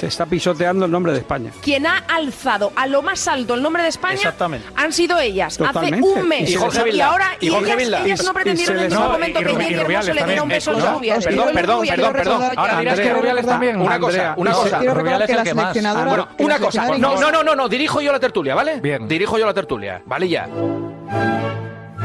S29: Se está pisoteando el nombre de España.
S5: Quien ha alzado a lo más alto el nombre de España
S29: Exactamente.
S5: han sido ellas.
S29: Totalmente.
S5: Hace un mes.
S29: Y Jorge
S5: y
S21: Vilda.
S5: ahora
S21: Y
S5: y
S21: Jorge
S5: ellas,
S21: Vilda.
S5: ellas no
S21: Y- y se
S5: pretendieron en
S21: les-
S5: ningún
S21: no,
S5: momento
S21: y
S5: que
S21: Ru- y
S5: Iñaki Hermoso
S21: Rubiales
S5: le diera un
S21: también.
S5: beso en
S21: No,
S5: los
S21: no,
S5: labios.
S21: sí, perdón, perdón, perdón, perdón. Ahora dirás que Rubiales también. Una cosa, una cosa.
S29: más.
S21: Ah, bueno, una cosa. No, no, no, no, no, dirijo yo la tertulia, ¿vale? Bien. Dirijo yo la tertulia, ¿vale? Ya.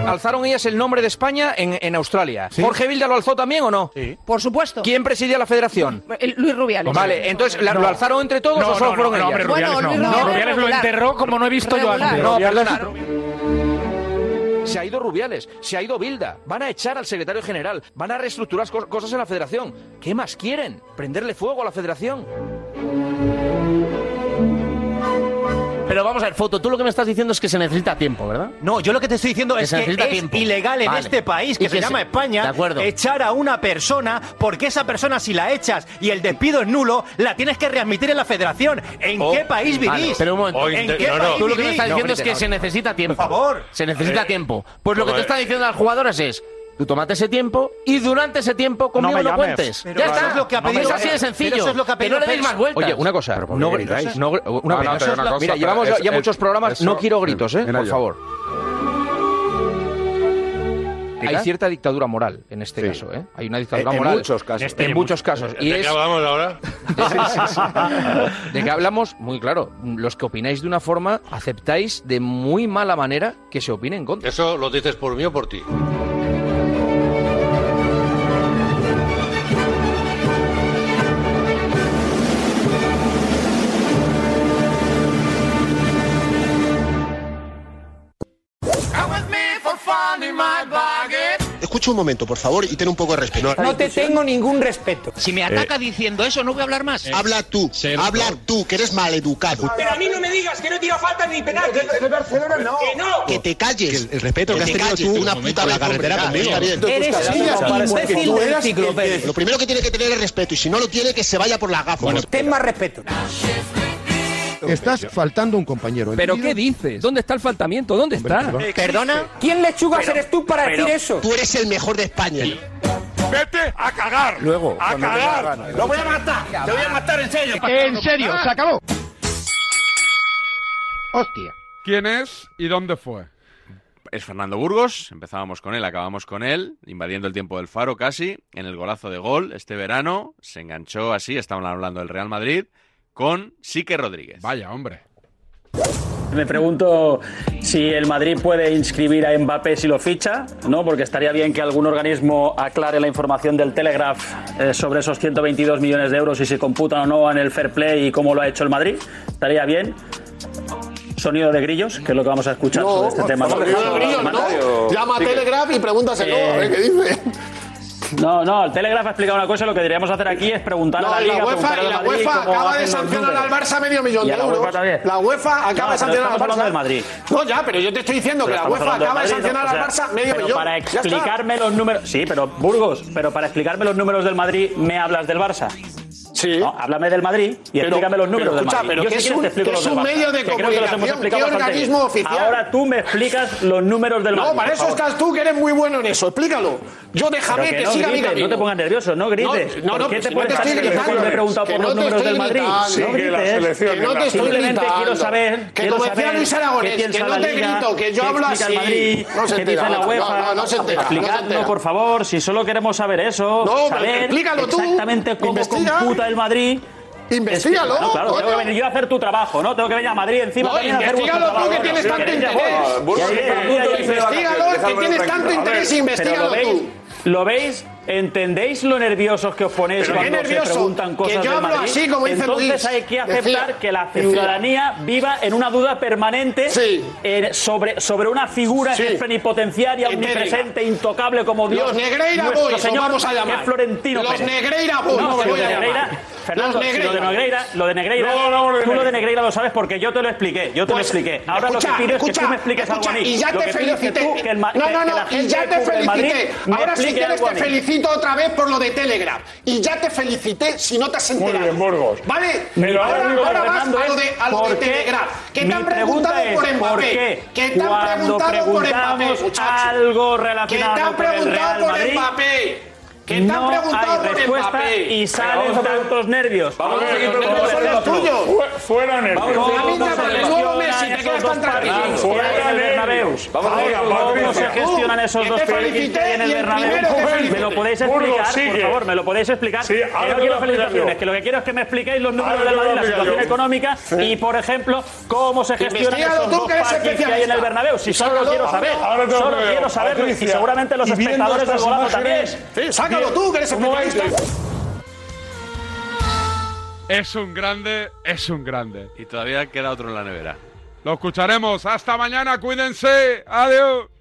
S21: Alzaron ellas el nombre de España en, en Australia. ¿Jorge Vilda lo alzó también o no? Sí.
S5: Por supuesto.
S21: ¿Quién presidía la federación?
S5: El- eh, Luis Rubiales.
S21: Pues Vale, entonces, ¿la- ¿lo alzaron entre todos
S36: No,
S21: o solo
S36: no, no,
S21: fueron
S36: no,
S21: ellas?
S36: hombre, Rubiales Bueno, no. Luis No, Rubiales Rubiales lo regular. enterró como no he visto yo Regular. antes.
S21: No,
S36: Rubiales
S21: perdona. Se ha ido Rubiales, se ha ido Bilda, van a echar al secretario general, van a reestructurar co- cosas en la federación. ¿Qué más quieren? ¿Prenderle fuego a la federación?
S7: Pero vamos a ver, Foto, tú lo que me estás diciendo es que se necesita tiempo, ¿verdad?
S29: No, yo lo que te estoy diciendo
S7: Que
S29: es
S7: se
S29: que
S7: necesita
S29: es
S7: tiempo.
S29: ilegal en
S7: Vale.
S29: este país que
S7: Y
S29: se
S7: que
S29: llama
S7: se-
S29: España
S7: de acuerdo.
S29: echar a una persona porque esa persona si la echas y el despido es nulo, la tienes que readmitir en la federación. ¿En
S21: Oh,
S29: qué país vivís?
S7: Oh, Vale, pero un momento.
S29: ¿En qué
S7: no, no.
S29: país
S7: Tú lo que me
S29: vivís?
S7: estás diciendo
S29: No,
S7: es que
S29: hombre,
S7: se
S29: no.
S7: necesita tiempo.
S29: Por favor.
S7: Se necesita
S29: Eh,
S7: tiempo. Pues lo que te
S29: joder.
S7: está diciendo a las jugadoras es. Tú tomate ese tiempo y durante ese tiempo conmigo
S21: me
S7: no,
S21: llames.
S7: cuentes.
S21: Pero
S7: ya
S21: eso
S7: está.
S21: es lo que ha pedido-
S7: es así de
S21: pero
S7: sencillo.
S21: eso es lo que ha pedido
S7: no le deis
S21: Pels.
S7: más vueltas.
S21: Oye, una cosa. No
S7: qué
S21: gritáis.
S7: gritáis?
S21: No, gr- una
S7: No, no,
S21: pena.
S7: te digo una
S21: Mira,
S7: cosa,
S21: llevamos
S7: pero
S21: ya, ya
S7: es-
S21: muchos
S7: es-
S21: programas.
S7: eso-
S21: no quiero gritos, ¿eh?
S7: Era
S21: Por
S7: yo.
S21: favor. Hay
S7: ¿Diga?
S21: cierta dictadura moral en este caso, ¿eh? Hay una dictadura
S7: En- en
S21: moral.
S7: muchos casos.
S21: En
S7: En
S21: muchos
S7: mu-
S21: casos. Y
S7: ¿De qué
S21: es-
S7: hablamos ahora?
S21: ¿De qué hablamos? Muy claro. Los que opináis de una forma, aceptáis de muy mala manera que se opine en contra.
S7: ¿Eso lo dices por mí o por ti?
S4: Escucha un momento, por favor, y ten un poco de respeto.
S10: tengo ningún respeto. Si me
S4: ataca
S10: diciendo eso, no voy a hablar más.
S4: Eh. Habla tú, habla tú, que eres maleducado.
S10: Pero a mí no me digas que no tira falta ni penal. De Barcelona no. Que no.
S4: Que te calles. el respeto que has tenido tú una puta en la carretera conmigo.
S10: Eres
S4: Tus
S10: un
S4: caras, no,
S10: imbécil
S4: porque tú
S10: del
S4: eras
S10: ciclo,
S4: el que-
S10: Pérez.
S4: Lo primero que tiene que tener es respeto, y si no lo tiene, que se vaya por la gafa.
S10: Ten más respeto.
S4: Estás faltando un compañero. ¿eh?
S23: ¿Pero qué dices? ¿Dónde está el faltamiento? ¿Dónde está?
S4: ¿Perdona?
S10: ¿Quién lechugas
S4: Pero-
S10: eres tú para
S4: pero-
S10: decir eso?
S4: Tú eres el mejor de España.
S10: Vete a cagar.
S4: Luego,
S10: A
S4: cuando tenga
S10: cagar.
S4: ganas.
S10: Lo voy a matar. Te voy a matar en serio. En serio, se acabó.
S1: Hostia. ¿Quién es y dónde fue?
S2: es Fernando Burgos, empezábamos con él, acabamos con él, invadiendo el tiempo del faro casi, en el golazo de gol este verano, se enganchó así, estaban hablando del Real Madrid, con Sique Rodríguez.
S1: Vaya, hombre.
S23: Me pregunto si el Madrid puede inscribir a Mbappé si lo ficha, ¿no? Porque estaría bien que algún organismo aclare la información del Telegraph eh, sobre esos 122 millones de euros, si se computan o no en el fair play y cómo lo ha hecho el Madrid. Estaría bien. sonido de grillos, que es lo que vamos a escuchar sobre este tema.
S29: Sonido de grillos, ¿no? Llama a
S23: Sí. Eh,
S29: Telegraph y pregúntaselo, a ver qué dice.
S23: No, no, el Telegraph ha explicado una cosa, lo que deberíamos hacer aquí es preguntar
S29: No,
S23: a la
S29: y
S23: Liga,
S29: la UEFA,
S23: preguntar
S29: y
S23: a
S29: la
S23: Madrid
S29: UEFA
S23: cómo
S29: acaba de
S23: hacen los
S29: sancionar al
S23: números.
S29: Barça medio millón
S23: Y
S29: de
S23: a la UEFA
S29: euros.
S23: también.
S29: La UEFA
S23: No,
S29: acaba
S23: pero
S29: de sancionar al
S23: estamos
S29: Barça.
S23: hablando del Madrid.
S29: No, ya, pero yo te estoy diciendo
S23: Pero
S29: que la
S23: estamos
S29: UEFA
S23: hablando de
S29: acaba de
S23: Madrid,
S29: sancionar
S23: o sea,
S29: al Barça medio
S23: pero
S29: millón.
S23: Para
S29: Ya está.
S23: explicarme los números. Sí, pero Burgos, pero para explicarme los números del Madrid, me hablas del Barça.
S29: Sí.
S23: háblame del Madrid y
S29: Pero-
S23: explícame los
S29: pero
S23: números
S29: escucha,
S23: del Madrid.
S29: pero
S23: Yo
S29: que
S23: si
S29: es
S23: quieres
S29: un-
S23: te explico
S29: que
S23: los
S29: es
S23: del
S29: un
S23: Barça,
S29: medio de
S23: que creo que los hemos
S29: comunicación,
S23: explicado
S29: ¿qué
S23: bastante bien.
S29: organismo oficial?
S23: Ahora tú me explicas los números del Madrid.
S29: No, para
S23: por
S29: eso
S23: favor.
S29: estás tú, que eres muy bueno en eso. Explícalo. Yo déjame
S23: Pero
S29: que,
S23: que no
S29: siga mi
S23: grites,
S29: camino.
S23: no te pongas nervioso, no grites.
S29: No, no,
S23: ¿Por qué
S29: no, pues
S23: te
S29: si
S23: pones
S29: no te
S23: tan
S29: estoy
S23: nervioso cuando
S29: gritando.
S23: he preguntado por los
S29: Que no te
S23: números
S29: estoy
S23: del Madrid?
S29: gritando.
S23: No
S29: Que la
S23: grites.
S29: selección
S23: Que no te estoy
S29: Simplemente
S23: gritando.
S29: quiero saber-
S23: Que
S29: quiero
S23: como decía
S29: saber
S23: Luis
S29: qué
S23: Aragonés, que
S29: piensa
S23: no
S29: la
S23: te
S29: Liga,
S23: grito, que yo
S29: qué
S23: hablo
S29: explica
S23: así.
S29: el Madrid,
S23: No se
S29: qué
S23: entera.
S29: dice la UEFA.
S23: No, no, no se entera.
S29: Explicadnos,
S23: no, por favor, si solo queremos saber eso,
S29: No, pero
S23: saber
S29: explícalo tú.
S23: exactamente cómo
S29: Investiga.
S23: computa el Madrid.
S29: Investígalo,
S23: No, claro, tengo
S29: coño.
S23: que venir yo a hacer tu trabajo, ¿no? Tengo que venir a Madrid encima
S29: No,
S23: también a hacer vuestro
S29: investígalo tú,
S23: trabajo.
S29: que tienes tanto
S23: Queréis ya
S29: interés.
S23: jugar.
S29: Burgos,
S23: Sí,
S29: que-
S23: sí, sí, sí.
S29: Investígalo, que tienes tanto interés,
S23: A ver,
S29: investígalo
S23: pero lo
S29: tú.
S23: veis- ¿Lo veis? ¿Entendéis lo nerviosos que os ponéis
S29: Pero qué
S23: cuando se
S29: nervioso,
S23: preguntan
S29: que
S23: cosas
S29: yo
S23: del
S29: hablo
S23: Madrid?
S29: así, como dice
S23: Entonces
S29: Luis.
S23: hay que
S29: Decía-
S23: aceptar que la
S29: decía.
S23: ciudadanía viva en una duda permanente en- sobre, sobre una figura
S29: Sí.
S23: plenipotenciaria,
S29: Etérica.
S23: omnipresente, intocable como Dios.
S29: Los Negreira
S23: nuestro
S29: Boys, os
S23: señor,
S29: vamos a llamar.
S23: que es Florentino
S29: Los
S23: Pérez.
S29: Negreira Boys,
S23: No,
S29: te
S23: los
S29: voy a llamar.
S23: Negreira- Fernando,
S29: Los
S23: si lo de
S29: Negreira.
S23: Negreira, lo de Negreira,
S29: No, no,
S23: tú lo
S29: Negreira.
S23: de Negreira lo sabes porque yo te lo expliqué, yo te lo expliqué. Ahora lo
S29: escucha,
S23: que pido es que
S29: escucha,
S23: tú me expliques algo
S29: escucha,
S23: a mí.
S29: y ya
S23: Lo
S29: te
S23: que pido es que
S29: felicité.
S23: tú, que el ma-
S29: No,
S23: que-
S29: no,
S23: que
S29: no,
S23: la
S29: y
S23: gente
S29: ya
S23: que
S29: te
S23: cubre el Madrid
S29: felicité.
S23: me
S29: Ahora si
S23: explique
S29: quieres
S23: algo a
S29: te
S23: mí.
S29: felicito otra vez por lo de Telegram. Y ya te felicité si no te has enterado.
S23: bien, Burgos.
S29: ¿Vale?
S23: Mi
S29: ahora
S23: pregunta,
S29: ahora vas
S23: Fernando,
S29: a lo
S23: es
S29: de, a lo de
S23: ¿por qué?
S29: Telegram. Que te
S23: Mi
S29: han
S23: pregunta
S29: preguntado
S23: es,
S29: por
S23: ¿por
S29: Mbappé.
S23: qué?
S29: Que te han
S23: Cuando
S29: preguntado por Mbappé,
S23: preguntamos
S29: muchacho.
S23: algo relacionado
S29: Que te han
S23: con el
S29: preguntado
S23: Real
S29: por
S23: Madrid,
S29: Mbappé. Que te han
S23: no
S29: preguntado
S23: hay
S29: por
S23: respuesta
S29: Mbappé.
S23: y salen tantos nervios.
S29: Vamos a seguir preguntando.
S23: Fuera nervios.
S29: Vamos, vamos, vamos, vamos. Nuevo Messi, te quedas tan tranquilo. Fuera nervios. Vamos, vamos,
S23: ¿Cómo
S29: vamos.
S23: se gestionan esos
S29: Que
S23: dos
S29: te
S23: partidos
S29: felicité
S23: que hay en el
S29: y el
S23: Bernabéu?
S29: primero te felicité.
S23: ¿Me lo podéis
S29: Burgos,
S23: explicar, por
S29: sigue.
S23: favor? ¿Me lo podéis explicar?
S29: Sí,
S23: Que no
S29: ahora te
S23: quiero
S29: lo explico
S23: felicitaciones,
S29: yo.
S23: que lo que quiero es que me expliquéis los números
S29: Ahora
S23: del
S29: te lo
S23: Madrid, la
S29: explico
S23: situación
S29: yo.
S23: económica y, por ejemplo, cómo se gestionan
S29: Investígalo
S23: esos
S29: tú,
S23: dos
S29: que eres
S23: partidos que hay en
S29: especialista.
S23: el Bernabéu. Si solo
S29: Sácalo,
S23: lo quiero
S29: ahora-
S23: saber,
S29: ahora te lo
S23: solo
S29: creo.
S23: quiero saberlo y
S29: Patricia,
S23: seguramente los
S29: y viendo
S23: espectadores del
S29: estas
S23: golazo también.
S29: imágenes, sí, sácalo tú, que eres
S23: ¿Cómo vais?
S29: especialista.
S1: Es un grande, es un grande.
S37: Y todavía queda otro en la nevera.
S1: Lo escucharemos. Hasta mañana, cuídense. Adiós.